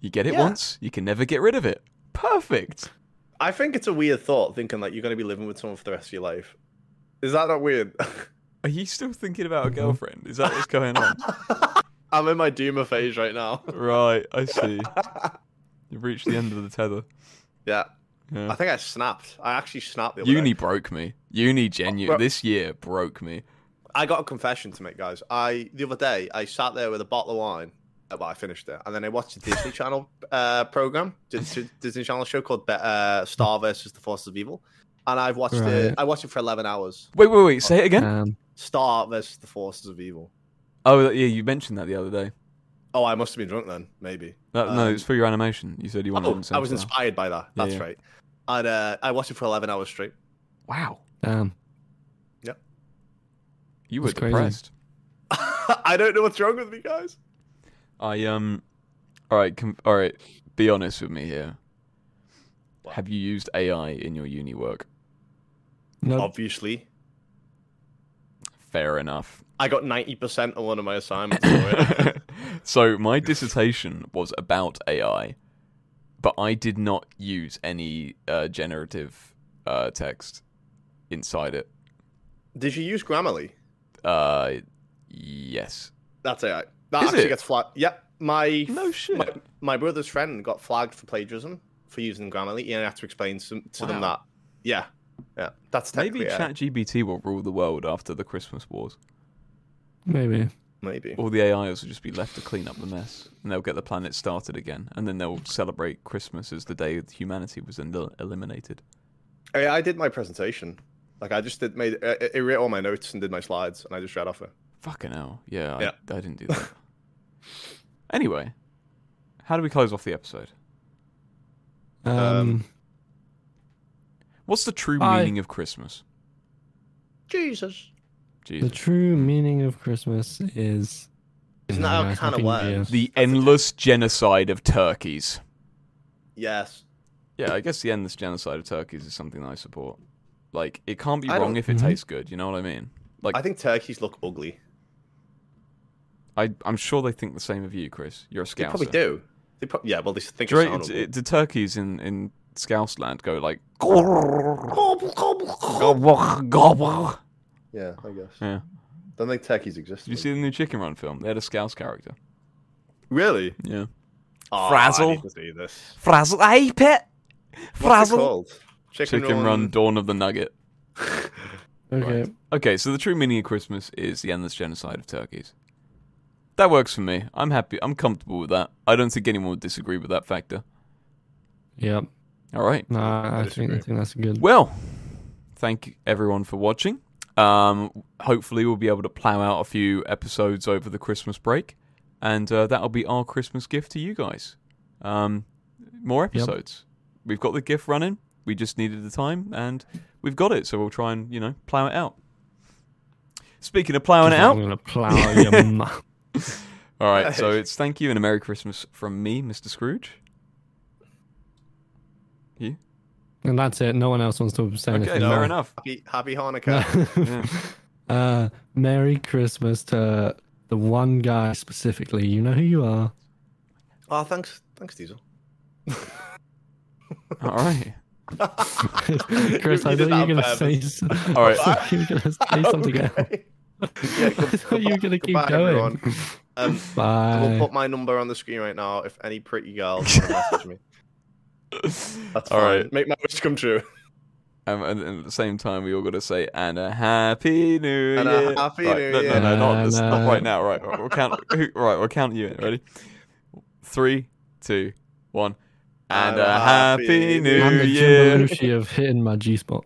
[SPEAKER 1] You get it
[SPEAKER 3] Yeah.
[SPEAKER 1] once, you can never get rid of it. Perfect.
[SPEAKER 3] I think it's a weird thought thinking like you're gonna be living with someone for the rest of your life. Is that not weird? [LAUGHS]
[SPEAKER 1] Are you still thinking about a
[SPEAKER 3] Mm-hmm.
[SPEAKER 1] girlfriend? Is that what's going
[SPEAKER 3] [LAUGHS]
[SPEAKER 1] on?
[SPEAKER 3] I'm in my doomer phase right now. [LAUGHS]
[SPEAKER 1] Right, I see. You've reached the end of the tether.
[SPEAKER 3] yeah. I
[SPEAKER 1] Yeah.
[SPEAKER 3] think I snapped. I actually snapped the other
[SPEAKER 1] Uni
[SPEAKER 3] day.
[SPEAKER 1] broke me. Uni genuine
[SPEAKER 3] Well-
[SPEAKER 1] this year broke me.
[SPEAKER 3] I got a confession to make, guys. I the other day I sat there with a bottle of wine. uh, Well, I finished it, and then I watched a [LAUGHS] Disney Channel uh, program, Dis- [LAUGHS] Disney Channel show called Be- uh, Star versus the Forces of Evil, and I've watched
[SPEAKER 2] Right.
[SPEAKER 3] it. I watched it for eleven hours.
[SPEAKER 1] Wait, wait, wait. Say it
[SPEAKER 3] Uh,
[SPEAKER 1] again.
[SPEAKER 2] Um,
[SPEAKER 3] Star versus the Forces of Evil.
[SPEAKER 1] Oh, yeah. You mentioned that the other day.
[SPEAKER 3] Oh, I must have been drunk then, maybe.
[SPEAKER 1] That, no,
[SPEAKER 3] Um,
[SPEAKER 1] it's for your animation. You said you wanted.
[SPEAKER 3] Oh,
[SPEAKER 1] to
[SPEAKER 3] I was inspired by that.
[SPEAKER 1] Yeah,
[SPEAKER 3] That's
[SPEAKER 1] yeah.
[SPEAKER 3] right. And uh, I watched it for eleven hours straight. [LAUGHS]
[SPEAKER 1] Wow,
[SPEAKER 2] damn.
[SPEAKER 1] you were
[SPEAKER 2] That's crazy.
[SPEAKER 1] depressed.
[SPEAKER 3] I don't know what's wrong with me, guys.
[SPEAKER 1] I um. All right, com- all right. Be honest with me here.
[SPEAKER 3] What?
[SPEAKER 1] Have you used AI in your uni work?
[SPEAKER 2] No,
[SPEAKER 3] Obviously,
[SPEAKER 1] Fair enough.
[SPEAKER 3] I got ninety percent on one of my assignments.
[SPEAKER 1] [LAUGHS]
[SPEAKER 3] already.
[SPEAKER 1] so my dissertation was about AI, but I did not use any uh, generative uh, text inside it.
[SPEAKER 3] Did you use Grammarly?
[SPEAKER 1] Uh, yes.
[SPEAKER 3] That's all right. That
[SPEAKER 1] Is
[SPEAKER 3] actually
[SPEAKER 1] it?
[SPEAKER 3] gets flagged. Yep. My
[SPEAKER 1] No shit.
[SPEAKER 3] My, my brother's friend got flagged for plagiarism for using Grammarly, and I had to explain some, to them that.
[SPEAKER 1] Wow.
[SPEAKER 3] Yeah. Yeah. That's
[SPEAKER 1] Maybe
[SPEAKER 3] technically it.
[SPEAKER 1] ChatGPT will rule the world after the Christmas wars.
[SPEAKER 2] Maybe.
[SPEAKER 3] Maybe.
[SPEAKER 1] All the AIs will just be left to clean up the mess, and they'll get the planet started again, and then they'll celebrate Christmas as the day that humanity was el- eliminated.
[SPEAKER 3] I, I did my presentation. Like I just did made I, I wrote all my notes and did my slides, and I just read off it.
[SPEAKER 1] Fucking hell. Yeah,
[SPEAKER 3] Yeah.
[SPEAKER 1] I, I didn't do that. anyway, how do we close off the episode?
[SPEAKER 2] Um,
[SPEAKER 3] Um,
[SPEAKER 1] What's the true
[SPEAKER 2] Bye.
[SPEAKER 1] meaning of Christmas?
[SPEAKER 3] Jesus.
[SPEAKER 2] the
[SPEAKER 1] Jesus.
[SPEAKER 2] true meaning of Christmas is.
[SPEAKER 3] Isn't that a can of
[SPEAKER 2] Happy New Year.
[SPEAKER 3] worms?
[SPEAKER 1] The endless genocide of turkeys.
[SPEAKER 3] Yes.
[SPEAKER 1] Yeah, I guess the endless genocide of turkeys is something I support. Like, it can't be
[SPEAKER 3] I
[SPEAKER 1] wrong
[SPEAKER 3] don't- Mm-hmm.
[SPEAKER 1] if it
[SPEAKER 2] Mhm.
[SPEAKER 1] tastes good, you know what I mean? Like,
[SPEAKER 3] I think turkeys look ugly.
[SPEAKER 1] I, I'm sure they think the same of you, Chris. You're a scouser.
[SPEAKER 3] They probably do. They pro- yeah. Well, they think
[SPEAKER 1] Do you
[SPEAKER 3] it's
[SPEAKER 1] know-
[SPEAKER 3] sound
[SPEAKER 1] d- do turkeys in in Scouse land go like
[SPEAKER 3] ugly.
[SPEAKER 1] gobble gobble?
[SPEAKER 3] Yeah, I guess.
[SPEAKER 1] Yeah.
[SPEAKER 3] Don't think turkeys exist.
[SPEAKER 1] Did you see the new Chicken Run film? They had a Scouse character.
[SPEAKER 3] Really?
[SPEAKER 1] Yeah.
[SPEAKER 3] Oh,
[SPEAKER 1] Frazzle.
[SPEAKER 3] I need to see this.
[SPEAKER 1] Frazzle, hey pet,
[SPEAKER 3] What's it called?
[SPEAKER 1] Chicken, Run. Dawn of the Nugget.
[SPEAKER 2] Okay.
[SPEAKER 1] Okay, so the true meaning of Christmas is the endless genocide of turkeys. That works for me. I'm happy. I'm comfortable with that. I don't think anyone would disagree with that factor.
[SPEAKER 2] Yep.
[SPEAKER 1] All right.
[SPEAKER 2] No, I, I think I
[SPEAKER 3] disagree.
[SPEAKER 2] think that's a good.
[SPEAKER 1] Well, thank you everyone for watching. Um, hopefully, we'll be able to plow out a few episodes over the Christmas break, and uh, that'll be our Christmas gift to you guys. Um, more episodes. We've got the gift running. We just needed the time, and we've got it. So we'll try and you know plow it out. Speaking of plowing Oh, it
[SPEAKER 2] I'm
[SPEAKER 1] out,
[SPEAKER 2] gonna plow
[SPEAKER 1] [LAUGHS]
[SPEAKER 2] your mouth.
[SPEAKER 1] all right. So it's thank you and a Merry Christmas from me, Mr. Scrooge.
[SPEAKER 2] And that's it. No one else wants to say
[SPEAKER 1] Okay,
[SPEAKER 2] anything.
[SPEAKER 1] fair
[SPEAKER 2] more.
[SPEAKER 1] enough.
[SPEAKER 3] Happy, happy Hanukkah.
[SPEAKER 1] Yeah.
[SPEAKER 2] [LAUGHS]
[SPEAKER 1] [LAUGHS]
[SPEAKER 2] No. uh, Merry Christmas to the one guy specifically. You know who
[SPEAKER 1] [LAUGHS]
[SPEAKER 2] you are.
[SPEAKER 3] Oh, thanks, thanks, Diesel.
[SPEAKER 1] All right.
[SPEAKER 2] Chris, I
[SPEAKER 3] You did
[SPEAKER 2] thought you were
[SPEAKER 3] that
[SPEAKER 2] going to
[SPEAKER 3] on
[SPEAKER 2] say. s- [LAUGHS] I
[SPEAKER 1] All right.
[SPEAKER 2] thought you were
[SPEAKER 1] [LAUGHS]
[SPEAKER 2] going to say something else.
[SPEAKER 3] [LAUGHS] Okay. [LAUGHS] Yeah,
[SPEAKER 2] I [LAUGHS] thought you were going to keep
[SPEAKER 3] goodbye,
[SPEAKER 2] going. Uh,
[SPEAKER 3] everyone. Um, I will
[SPEAKER 2] Bye.
[SPEAKER 3] put my number on the screen right now. If any
[SPEAKER 2] [LAUGHS]
[SPEAKER 3] pretty girls want to message me, that's
[SPEAKER 1] All
[SPEAKER 3] fine.
[SPEAKER 1] right.
[SPEAKER 3] Make my wish come true.
[SPEAKER 1] Um, and, and at the same time, we all got to say, and a happy new
[SPEAKER 3] And a
[SPEAKER 1] year.
[SPEAKER 3] happy
[SPEAKER 1] right,
[SPEAKER 3] new
[SPEAKER 1] no,
[SPEAKER 3] year.
[SPEAKER 1] No, no, not,
[SPEAKER 2] And
[SPEAKER 1] this- not right
[SPEAKER 2] a-
[SPEAKER 1] now. Right, right, we'll count. who- right, we'll count you in. Ready? Three, two, one. And, a happy, new
[SPEAKER 2] I'm the
[SPEAKER 1] year.
[SPEAKER 2] Jim Belushi of hitting my G spot.